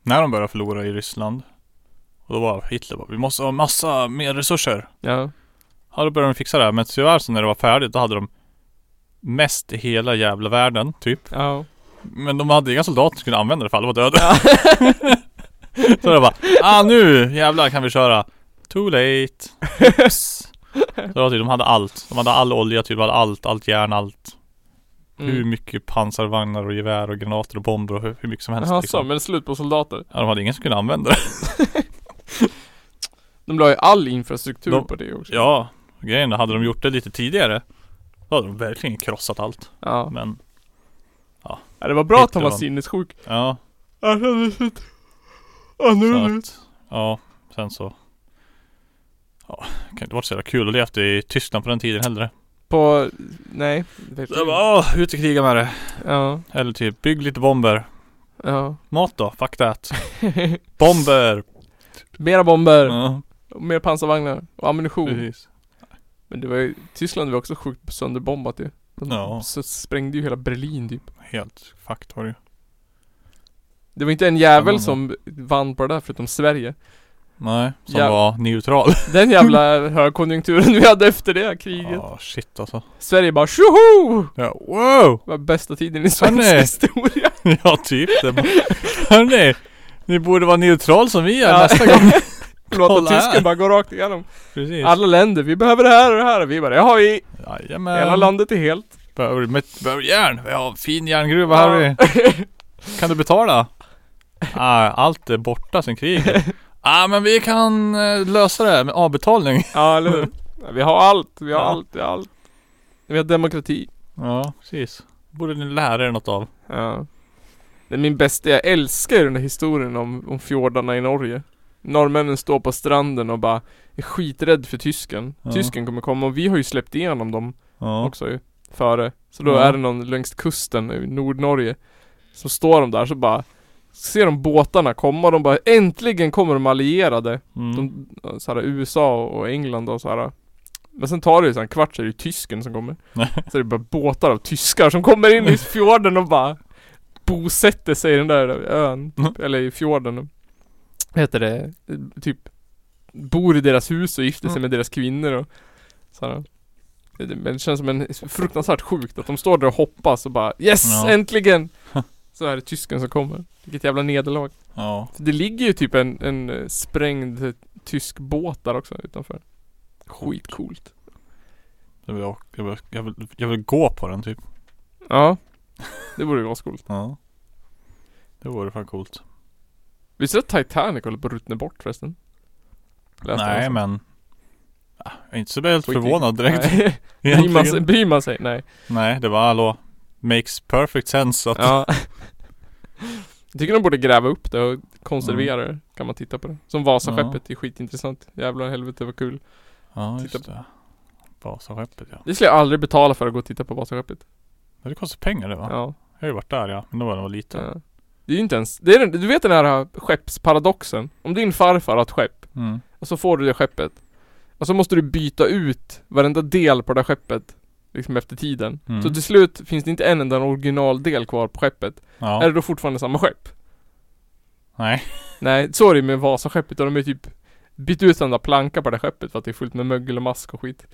Speaker 1: När de börjar förlora i Ryssland Och då var Hitler bara, vi måste ha massa mer resurser
Speaker 2: Ja.
Speaker 1: Ja då började de fixa det här, men tyvärr så när det var färdigt då hade de Mest i hela jävla världen typ
Speaker 2: Ja. Mm.
Speaker 1: Men de hade inga soldater som kunde använda det för alla var döda Så det bara, ah nu jävlar kan vi köra Too late Oops. Så det var typ, de hade allt De hade all olja typ, de hade allt, allt järn, allt Hur
Speaker 2: Mm.
Speaker 1: mycket pansarvagnar och gevär och granater och bomber och hur, hur mycket som helst
Speaker 2: Jaha,
Speaker 1: liksom.
Speaker 2: så, men slut på soldater.
Speaker 1: Ja, de hade ingen som kunde använda det.
Speaker 2: De la ju all infrastruktur
Speaker 1: De-
Speaker 2: på det också.
Speaker 1: Ja, grejen är, hade de gjort det lite tidigare då hade de verkligen krossat allt.
Speaker 2: Ja.
Speaker 1: Men
Speaker 2: ja. Det var bra att han
Speaker 1: Hitler
Speaker 2: var
Speaker 1: vann.
Speaker 2: sinnessjuk.
Speaker 1: ja,
Speaker 2: Han kände sig ett
Speaker 1: så
Speaker 2: annorlunda ut.
Speaker 1: att, ja, sen så. Ja, det kan inte varit så jävla kul att leva i Tyskland på den tiden heller.
Speaker 2: På, nej. vet
Speaker 1: Så jag
Speaker 2: du.
Speaker 1: bara, åh, ut och kriga med det.
Speaker 2: Ja.
Speaker 1: Eller typ, bygg lite bomber.
Speaker 2: Ja.
Speaker 1: Mat då, fuck that. Bomber!
Speaker 2: Mera bomber.
Speaker 1: Ja,
Speaker 2: Och mer pansarvagnar. Och ammunition.
Speaker 1: precis.
Speaker 2: Men det var ju, Tyskland var också sjukt sönderbombat ju. De
Speaker 1: Ja.
Speaker 2: så sprängde ju hela Berlin typ.
Speaker 1: Helt fucked var det ju.
Speaker 2: Det var inte en jävel
Speaker 1: Spännande.
Speaker 2: som vann på det där förutom Sverige.
Speaker 1: Nej, som
Speaker 2: Ja.
Speaker 1: var neutral.
Speaker 2: Den jävla högkonjunkturen vi hade efter det kriget.
Speaker 1: Ja, shit alltså.
Speaker 2: Sverige bara tjoho!
Speaker 1: Ja, wow!
Speaker 2: Det var bästa tiden i
Speaker 1: Hörni.
Speaker 2: svensk historia.
Speaker 1: Ja, typ det. Bara, Hörni, ni borde vara neutral som vi är
Speaker 2: Ja.
Speaker 1: nästa gång.
Speaker 2: Låta
Speaker 1: Kolla här.
Speaker 2: tysken bara gå rakt igenom.
Speaker 1: Precis.
Speaker 2: Alla länder, vi behöver det här och det här. Vi bara, jag har i.
Speaker 1: Jajamän.
Speaker 2: Hela landet är helt.
Speaker 1: Behöver du met- behöver du järn? Vi har en fin järngruva
Speaker 2: Ja.
Speaker 1: Harry. Kan du betala? Ah, allt är borta sen kriget. Ah, men vi kan eh, lösa det med avbetalning.
Speaker 2: Ja, eller hur? Ja, Vi har allt, vi har
Speaker 1: Ja.
Speaker 2: allt, vi har allt. Vi har demokrati.
Speaker 1: Ja, precis. Borde ni lära er något av.
Speaker 2: Ja. Det är min bästa, jag älskar ju den där historien om, om fjordarna i Norge. Norrmännen står på stranden och bara är skiträdd för tysken.
Speaker 1: Ja.
Speaker 2: Tysken kommer komma och vi har ju släppt igenom dem
Speaker 1: Ja.
Speaker 2: också ju. Före. Så då
Speaker 1: Ja.
Speaker 2: är det någon längs kusten i Nordnorge. Så står de där så bara Ser de båtarna komma och de bara äntligen kommer de allierade.
Speaker 1: Mm.
Speaker 2: De, eh, så här, USA och England och så här. eh, Men sen tar det ju så här en kvart så är det ju tysken som kommer. Så det är bara båtar av tyskar som kommer
Speaker 1: Mm.
Speaker 2: in i fjorden och bara bosätter sig i den där ön. typ,
Speaker 1: Mm.
Speaker 2: Eller i fjorden. Vad Heter det? Typ bor i deras hus och gifter sig
Speaker 1: Mm.
Speaker 2: med deras kvinnor och sådär. Men det känns som en fruktansvärt sjukt att de står där och hoppas och bara Yes!
Speaker 1: Ja.
Speaker 2: Äntligen! Så är det tysken som kommer. Vilket jävla nederlag.
Speaker 1: Ja.
Speaker 2: För Det ligger ju typ en, en eh, sprängd tysk båt där också utanför. Skitcoolt.
Speaker 1: Jag vill, åka- jag, vill, jag, vill, jag vill gå på den typ.
Speaker 2: Ja. Det vore ju ascoolt.
Speaker 1: Ja. Det vore fan coolt.
Speaker 2: Visste du att Titanic håller på att ruttna bort förresten? Läste jag
Speaker 1: Nej
Speaker 2: också.
Speaker 1: men. Ah, Jag är inte så väldigt
Speaker 2: Skit i-
Speaker 1: förvånad direkt.
Speaker 2: Nej. Bryr man, sig,
Speaker 1: egentligen.
Speaker 2: bryr man sig? Nej.
Speaker 1: Nej det var hallå. Makes perfect sense att.
Speaker 2: Ja. Jag tycker de borde gräva upp det och konservera
Speaker 1: Mm.
Speaker 2: det. Kan man titta på det. Som Vasaskeppet, det är skitintressant. Jävlar helvete vad kul.
Speaker 1: Ja just
Speaker 2: Titta
Speaker 1: det. Vasaskeppet ja.
Speaker 2: Det skulle jag aldrig betala för att gå och titta på Vasaskeppet.
Speaker 1: Men det kostar pengar det va?
Speaker 2: Ja.
Speaker 1: Jag har ju varit där ja. Men då var jag nog liten.
Speaker 2: ja. Det är ju inte ens, det är, den- du vet den här skeppsparadoxen? Om din farfar har ett skepp
Speaker 1: Mm.
Speaker 2: Och så får du det skeppet. Och så måste du byta ut varenda del på det där skeppet. Liksom efter tiden.
Speaker 1: Mm.
Speaker 2: Så till slut finns det inte en enda originaldel kvar på skeppet.
Speaker 1: Ja.
Speaker 2: Är det då fortfarande samma skepp?
Speaker 1: Nej.
Speaker 2: Nej, så är det ju med Vasaskeppet. Och de är typ bytt ut varenda planka på det där skeppet för att det är fullt med mögel och mask och skit.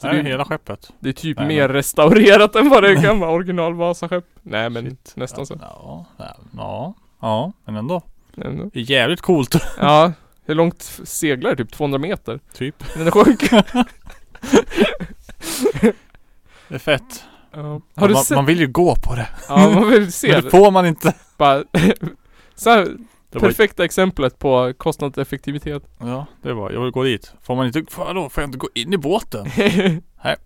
Speaker 2: Så
Speaker 1: Nej,
Speaker 2: det-
Speaker 1: hela skeppet.
Speaker 2: Det är typ
Speaker 1: Nej,
Speaker 2: mer restaurerat än vad det kan vara original Vasaskepp. Nej men nästan så.
Speaker 1: Ja, ja, ja, ja, men ändå.
Speaker 2: Ändå.
Speaker 1: Det är jävligt coolt.
Speaker 2: Ja. Hur långt f- seglar det? Typ 200 meter?
Speaker 1: typ.
Speaker 2: Men det sjönk.
Speaker 1: Det är fett.
Speaker 2: Ja. Har du
Speaker 1: man,
Speaker 2: sett?
Speaker 1: man vill ju gå på det.
Speaker 2: Ja, man vill se
Speaker 1: Men
Speaker 2: det.
Speaker 1: det får man inte.
Speaker 2: Bara, så här,
Speaker 1: Det var,
Speaker 2: perfekta exemplet på kostnadseffektivitet.
Speaker 1: ja, det var. Jag vill gå dit. Får man inte, får, hallå, får jag inte gå in i båten? Nej.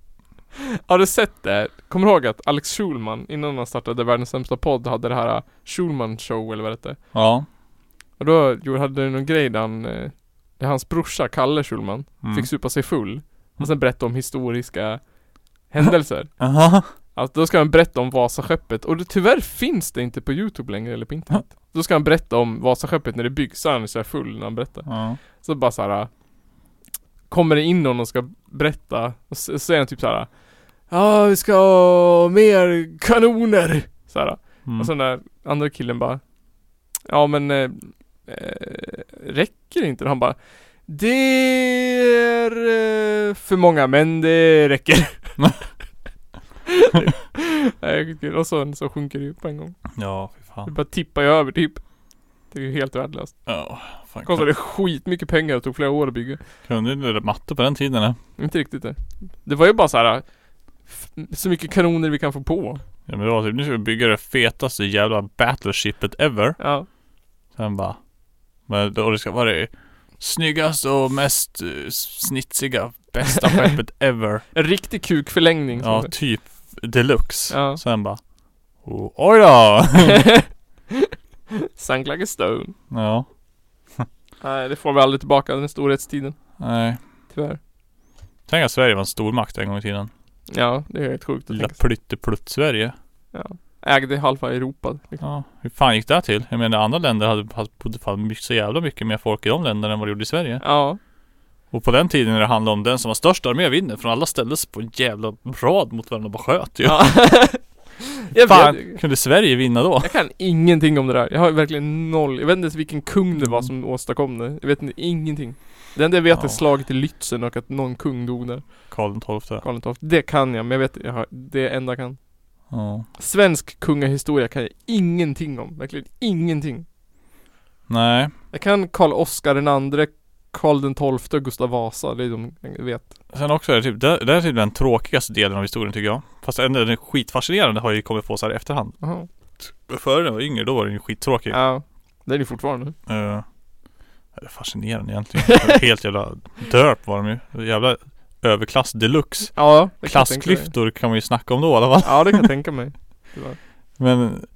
Speaker 2: Har du sett det? Kommer du ihåg att Alex Schulman, innan han startade Världens sämsta podd, hade det här äh, Schulman show eller vad det hette?
Speaker 1: Ja.
Speaker 2: Och då gjorde- hade han någon grej där han, eh, där hans brorsa, Kalle Schulman,
Speaker 1: Mm.
Speaker 2: fick supa sig full. Och sen berätta om historiska händelser.
Speaker 1: Aha.
Speaker 2: Alltså då ska han berätta om Vasaskeppet och det, tyvärr finns det inte på Youtube längre eller på internet. Då ska han berätta om Vasaskeppet när det byggs, så är han så här full när han berättar.
Speaker 1: Ja.
Speaker 2: Så bara såhär äh, Kommer det in någon och ska berätta och s- säger han typ såhär Ja vi ska ha mer kanoner! Såhär.
Speaker 1: Mm.
Speaker 2: Och sen där andra killen bara Ja men eh, eh, Räcker inte det? Han bara Det är eh, för många men det räcker Nej, skitkul. och så, så sjunker det ju på en gång.
Speaker 1: ja, fy
Speaker 2: Det
Speaker 1: fan.
Speaker 2: bara tippar ju över typ. Det är ju helt värdelöst.
Speaker 1: Ja, fan.
Speaker 2: Kostade skitmycket pengar och tog flera år att bygga.
Speaker 1: Kunde du matte på den tiden? eller?
Speaker 2: Inte riktigt det. Det var ju bara så här. f- Så mycket kanoner vi kan få på.
Speaker 1: Ja, men det var typ, nu ska vi bygga det fetaste jävla battleshipet ever.
Speaker 2: Ja.
Speaker 1: Sen bara. Men då det ska vara det snyggaste och mest eh, snitsiga, bästa skeppet ever.
Speaker 2: En riktig kukförlängning. som
Speaker 1: Ja,
Speaker 2: det-
Speaker 1: typ deluxe.
Speaker 2: Ja.
Speaker 1: Sen bara oh, Oj då!
Speaker 2: Sank like a stone.
Speaker 1: ja,
Speaker 2: Nej, det får vi aldrig tillbaka den storhetstiden.
Speaker 1: nej.
Speaker 2: Tyvärr.
Speaker 1: Tänk att Sverige var en stormakt en gång i tiden.
Speaker 2: Ja, det är helt sjukt att
Speaker 1: Lilla
Speaker 2: tänka sig.
Speaker 1: plytteplutt-Sverige.
Speaker 2: Ja. Ägde halva Europa. liksom.
Speaker 1: Ja, hur fan gick det här till? Jag menar andra länder hade, hade bodde fan mycket- så jävla mycket mer folk i de länderna än vad det gjorde i Sverige.
Speaker 2: Ja.
Speaker 1: Och på den tiden när det handlade om den som var störst armé vinner från alla ställdes på en jävla rad mot varandra och bara sköt ju.
Speaker 2: ja. jag,
Speaker 1: Fan,
Speaker 2: vet,
Speaker 1: kunde Sverige vinna då?
Speaker 2: jag kan ingenting om det där. Jag har verkligen noll. Jag vet inte ens vilken kung det var som åstadkom det. Jag vet inte, ingenting. Det enda jag vet
Speaker 1: Mm. Ja.
Speaker 2: är slaget i Lützen och att någon kung dog där.
Speaker 1: Karl XII.
Speaker 2: Karl XII. Det kan jag, men jag vet jag har, det är det enda jag kan.
Speaker 1: Ja.
Speaker 2: Svensk kungahistoria kan jag ingenting om, verkligen ingenting.
Speaker 1: Nej,
Speaker 2: Jag kan Karl Oskar den andre, Karl den tolfte och Gustav Vasa, det är de jag vet.
Speaker 1: Sen också är det typ, det, det är typ den tråkigaste delen av historien tycker jag. Fast ändå den är skitfascinerande har jag ju kommit på så här i efterhand.
Speaker 2: Aha.
Speaker 1: Före när jag var yngre då var den ju skittråkig. Ja.
Speaker 2: Ja, det är det fortfarande.
Speaker 1: det är fascinerande egentligen. Det var Helt jävla döp var de ju. Jävla överklass deluxe.
Speaker 2: Ja, det kan jag tänka mig.
Speaker 1: Klassklyftor kan man ju snacka om då i alla fall.
Speaker 2: Ja, det kan jag tänka mig. Tyvärr.
Speaker 1: Men,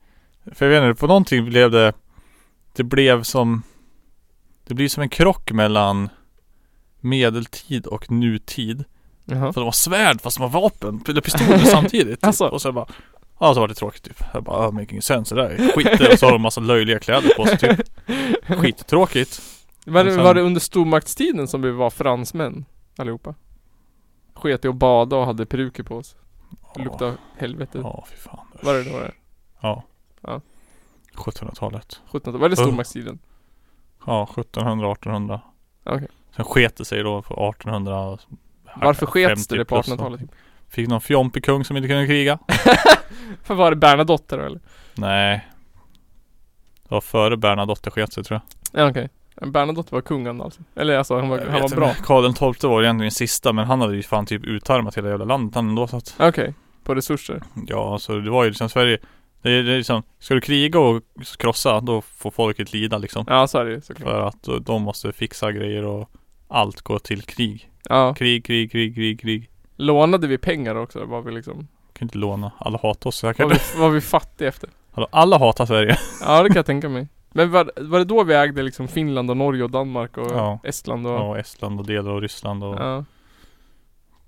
Speaker 1: för jag vet inte, på någonting blev det, det blev som Det blir som en krock mellan medeltid och nutid.
Speaker 2: Jaha.
Speaker 1: För de har svärd fast de har vapen, eller pistoler samtidigt.
Speaker 2: Alltså.
Speaker 1: Och sen bara Ja så var det tråkigt typ. Jag bara oh, making sense det där är skit. Och så har de massa löjliga kläder på sig typ. Skittråkigt.
Speaker 2: Var, det-
Speaker 1: Och sen-
Speaker 2: var det under stormaktstiden som vi var fransmän? Allihopa? Sket i att bada och hade peruker på oss. Det luktade helvete.
Speaker 1: Ja fy fan.
Speaker 2: Var det det? Var det?
Speaker 1: Ja.
Speaker 2: Ja.
Speaker 1: 1700-talet.
Speaker 2: 1700 Var det
Speaker 1: Ja.
Speaker 2: stormaktstiden?
Speaker 1: Ja 1700, 1800.
Speaker 2: Ja, Okej.
Speaker 1: Sen sket det sig då på 1800.
Speaker 2: Varför skets det
Speaker 1: 50
Speaker 2: på
Speaker 1: plus
Speaker 2: 1800-talet?
Speaker 1: någonting. Fick någon fjompig kung som inte kunde kriga?
Speaker 2: För var det Bernadotte då eller?
Speaker 1: Nej. Det var före Bernadotte sket sig tror jag.
Speaker 2: Ja okej. Bernadotte var kungen alltså? Eller alltså han var,
Speaker 1: Jag
Speaker 2: han var
Speaker 1: vet
Speaker 2: bra?
Speaker 1: inte. Karl XII var egentligen sista men han hade ju fan typ utarmat hela jävla landet han ändå så att
Speaker 2: Okej. På resurser?
Speaker 1: Ja alltså det var ju liksom Sverige Det är, det är liksom Ska du kriga och krossa då får folket lida liksom
Speaker 2: Ja så är det ju såklart.
Speaker 1: För att eh, de måste fixa grejer och Allt går till krig
Speaker 2: Ja.
Speaker 1: Krig, krig, krig, krig, krig
Speaker 2: Lånade vi pengar också? Var vi liksom...
Speaker 1: Kan inte låna, alla hatar oss säkert
Speaker 2: Var vi, var vi fattiga efter?
Speaker 1: Hallå, Alla hatar Sverige
Speaker 2: Ja det kan jag tänka mig. Men var, var det då vi ägde liksom Finland och Norge och Danmark och
Speaker 1: Ja.
Speaker 2: Estland och...
Speaker 1: ja. Och Estland och delar av Ryssland och
Speaker 2: Ja.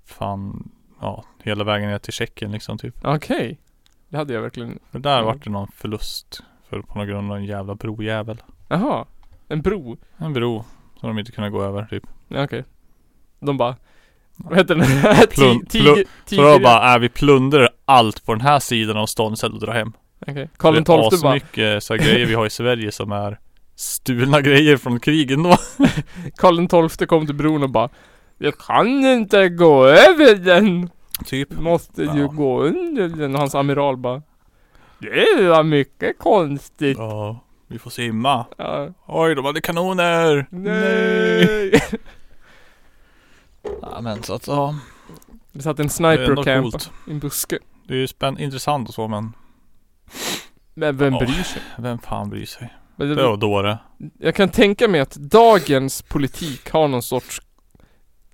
Speaker 1: fan Ja, hela vägen ner till Tjeckien liksom typ
Speaker 2: Okej. Det hade jag verkligen.
Speaker 1: För där
Speaker 2: Mm.
Speaker 1: vart det någon förlust För på någon grund av en jävla brojävel
Speaker 2: Jaha. En bro.
Speaker 1: En bro Som de inte kunde gå över typ
Speaker 2: Ja, okej. De bara... Vad heter den?
Speaker 1: Plun-
Speaker 2: Plum,
Speaker 1: plum-
Speaker 2: tiger...
Speaker 1: Så då
Speaker 2: tiger
Speaker 1: bara, äh, vi plundrar allt på den här sidan av ståndet och drar hem
Speaker 2: Okej. Karl
Speaker 1: Det är
Speaker 2: XII bara...
Speaker 1: asmycket så här grejer vi har i Sverige som är stulna grejer från krigen då.
Speaker 2: Karl XII kom till bron och bara... Jag kan inte gå över den.
Speaker 1: Typ.
Speaker 2: Måste ju
Speaker 1: Ja.
Speaker 2: gå under den. Och hans amiral bara... Det var mycket konstigt.
Speaker 1: Ja, vi får simma.
Speaker 2: Ja.
Speaker 1: Oj, de hade kanoner!
Speaker 2: Nej!
Speaker 1: Ja, men så att ja.
Speaker 2: Det satt
Speaker 1: Det
Speaker 2: en
Speaker 1: är
Speaker 2: sniper
Speaker 1: ändå
Speaker 2: och campade
Speaker 1: coolt.
Speaker 2: i en buske.
Speaker 1: Det är ju spänn- intressant och så men
Speaker 2: Men vem
Speaker 1: Ja.
Speaker 2: bryr sig?
Speaker 1: vem fan bryr sig?
Speaker 2: Men det-
Speaker 1: Det var dåre.
Speaker 2: Jag kan tänka mig att dagens politik har någon sorts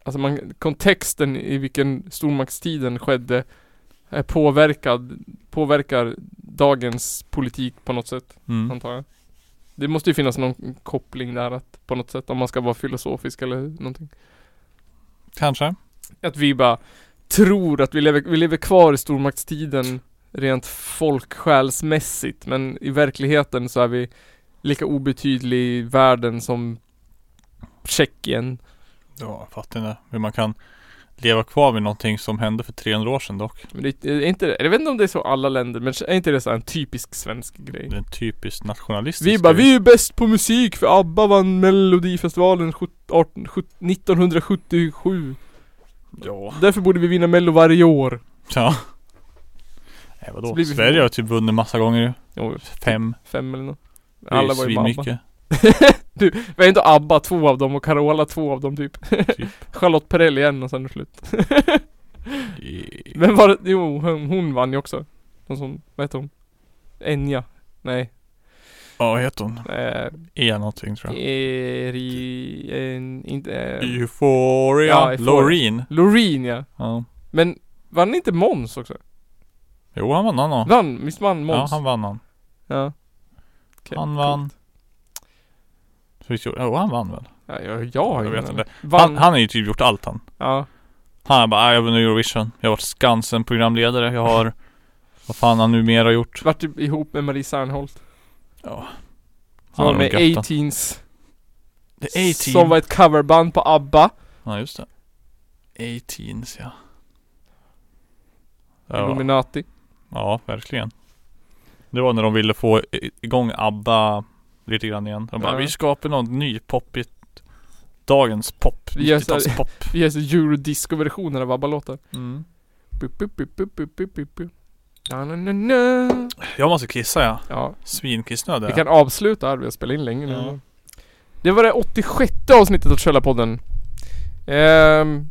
Speaker 2: Alltså man, kontexten i vilken stormaktstiden skedde är påverkad, påverkar dagens politik på något sätt,
Speaker 1: Mm.
Speaker 2: antar jag. Det måste ju finnas någon koppling där att, på något sätt, om man ska vara filosofisk eller någonting.
Speaker 1: Kanske.
Speaker 2: Att vi bara tror att vi lever, vi lever kvar i stormaktstiden rent folksjälsmässigt, men i verkligheten så är vi lika obetydlig i världen som Tjeckien
Speaker 1: Ja, jag fattar inte hur man kan leva kvar vid någonting som hände för 300 år sedan dock.
Speaker 2: Men det är inte det, jag vet inte om det är så alla länder, men är inte det så här en typisk svensk
Speaker 1: Det
Speaker 2: grej?
Speaker 1: är en typisk nationalistisk
Speaker 2: Vi bara,
Speaker 1: grej.
Speaker 2: vi är ju bäst på musik för ABBA vann melodifestivalen 17- 18 17- 1977
Speaker 1: Ja.
Speaker 2: Därför borde vi vinna mello varje år
Speaker 1: Ja. Nej
Speaker 2: Så
Speaker 1: vadå?
Speaker 2: blir vi-
Speaker 1: Sverige har typ vunnit massa gånger ju.
Speaker 2: Jo,
Speaker 1: Fem.
Speaker 2: fem eller nåt
Speaker 1: Det är
Speaker 2: Alla var ju med ABBA
Speaker 1: svinmycket.
Speaker 2: Var inte ABBA två av dem och Carola två av dem typ?
Speaker 1: Typ.
Speaker 2: Charlotte Perrelli en och sen är det slut
Speaker 1: I-
Speaker 2: Men var det, jo hon, hon vann ju också Någon som, vad heter hon? Enya? Nej,
Speaker 1: Ja, vad heter hon?
Speaker 2: eh,
Speaker 1: Ea någonting tror
Speaker 2: E.
Speaker 1: jag.
Speaker 2: Eri... En, inte... Eh,
Speaker 1: Euphoria.
Speaker 2: Ja, Euphoria.
Speaker 1: Loreen.
Speaker 2: Loreen ja
Speaker 1: Ja.
Speaker 2: Men vann inte Måns också?
Speaker 1: Jo, han vann han då.
Speaker 2: Vann, visst vann
Speaker 1: Ja,
Speaker 2: Måns?
Speaker 1: han vann han.
Speaker 2: Ja. Okej,
Speaker 1: Han vann.
Speaker 2: coolt.
Speaker 1: Så vi tror- Jo, han vann väl?
Speaker 2: Ja, ja, jag har
Speaker 1: Jag
Speaker 2: ingen
Speaker 1: vet
Speaker 2: aning.
Speaker 1: inte.
Speaker 2: Vann,
Speaker 1: Han, han har ju typ gjort allt han.
Speaker 2: ja.
Speaker 1: Han är bara, "Ah, jag vinner Eurovision. Jag har varit Skansen-programledare. Jag har... vad fan han numera har gjort.
Speaker 2: Vart typ ihop med Marie Serneholt. Som
Speaker 1: Han har
Speaker 2: var med
Speaker 1: nog gött det.
Speaker 2: A-Teens.
Speaker 1: The A-Team.
Speaker 2: Som var ett coverband på ABBA.
Speaker 1: Ja, just det. A-Teens, ja. Ja,
Speaker 2: Illuminati.
Speaker 1: ja, verkligen. Det var när de ville få i- igång ABBA lite grann igen. De bara,
Speaker 2: Ja.
Speaker 1: vi skapar något ny poppigt. Dagens pop.
Speaker 2: Vi gör så här-
Speaker 1: 90-talspop.
Speaker 2: Vi är så eurodisco-versioner av ABBA-låtar.
Speaker 1: Mm.
Speaker 2: Bu, bu, bu, bu, bu, bu, bu, bu. Na, na, na, na.
Speaker 1: Jag måste kissa ja.
Speaker 2: Ja,
Speaker 1: Svinkissnödig.
Speaker 2: vi kan avsluta här. Vi har spelat in länge nu.
Speaker 1: Ja.
Speaker 2: Det var det 86 avsnittet av Källarpodden. Ehm,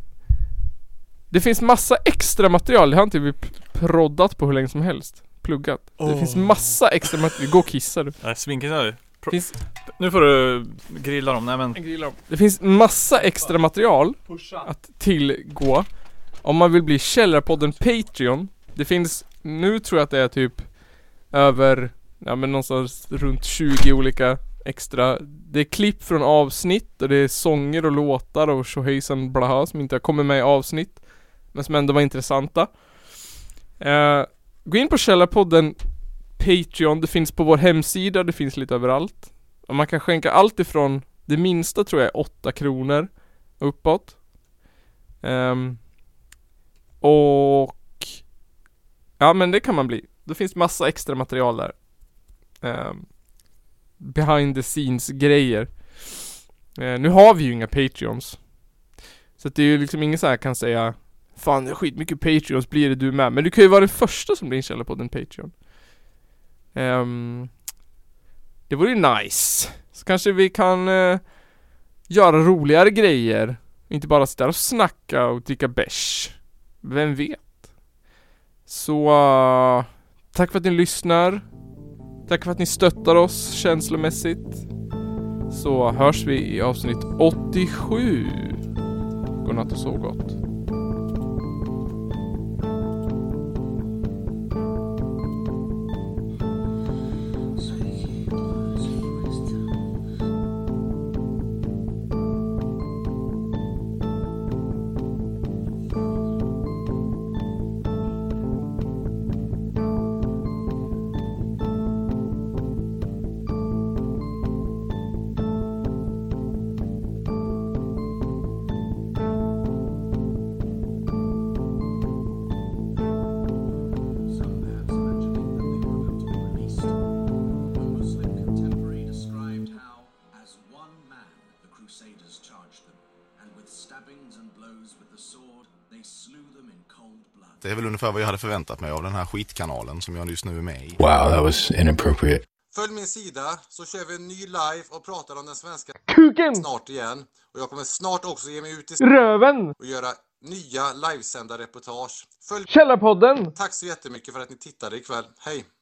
Speaker 2: det finns massa extra material. Det har inte vi p- proddat på hur länge som helst. Pluggat. Det
Speaker 1: Åh.
Speaker 2: finns massa extra material. Gå och kissa du.
Speaker 1: Nej, svinkissnödig.
Speaker 2: Det finns,
Speaker 1: Nu får du grilla dem. Nej men.
Speaker 2: det finns massa extra material att tillgå. Om man vill bli Källarpodden Patreon. Det finns, nu tror jag att det är typ över, ja men någonstans runt 20 olika extra Det är klipp från avsnitt och det är sånger och låtar och tjohejsan blaha som inte har kommit med i avsnitt Men som ändå var intressanta Eh, Gå in på Källarpodden Patreon, det finns på vår hemsida, det finns lite överallt och Man kan skänka allt ifrån Det minsta tror jag är 8 kronor Uppåt Ehm, Och Ja men det kan man bli Det finns massa extra material där Ehm, Behind the scenes grejer Eh, Nu har vi ju inga Patreons Så att det är ju liksom ingen så här kan säga Fan det är skitmycket Patreons, blir det du med? Men du kan ju vara den första som blir inkällad på den Patreon Ehm, Det vore ju nice Så kanske vi kan eh, Göra roligare grejer Inte bara sitta och snacka och dricka bärs Vem vet? Så eh, Tack för att ni lyssnar Tack för att ni stöttar oss känslomässigt Så hörs vi i avsnitt 87 Godnatt och sov gott
Speaker 6: Some maps mentioning that they were meant to be released. One Muslim contemporary described how, as one man, the Crusaders charged them, and with stabbings and blows with the sword, they slew them in cold blood.
Speaker 7: Det är väl ungefär vad jag hade förväntat mig av den här skitkanalen som jag just nu är med i.
Speaker 8: Wow, that was inappropriate.
Speaker 9: Följ min sida så kör vi en ny live och pratar om den svenska
Speaker 2: Kuken!
Speaker 9: snart igen. Och jag kommer snart också ge mig ut i s-
Speaker 2: Röven!
Speaker 9: och göra nya livesända reportage. Följ
Speaker 2: Källarpodden!
Speaker 9: Tack så jättemycket för att ni tittade ikväll. Hej!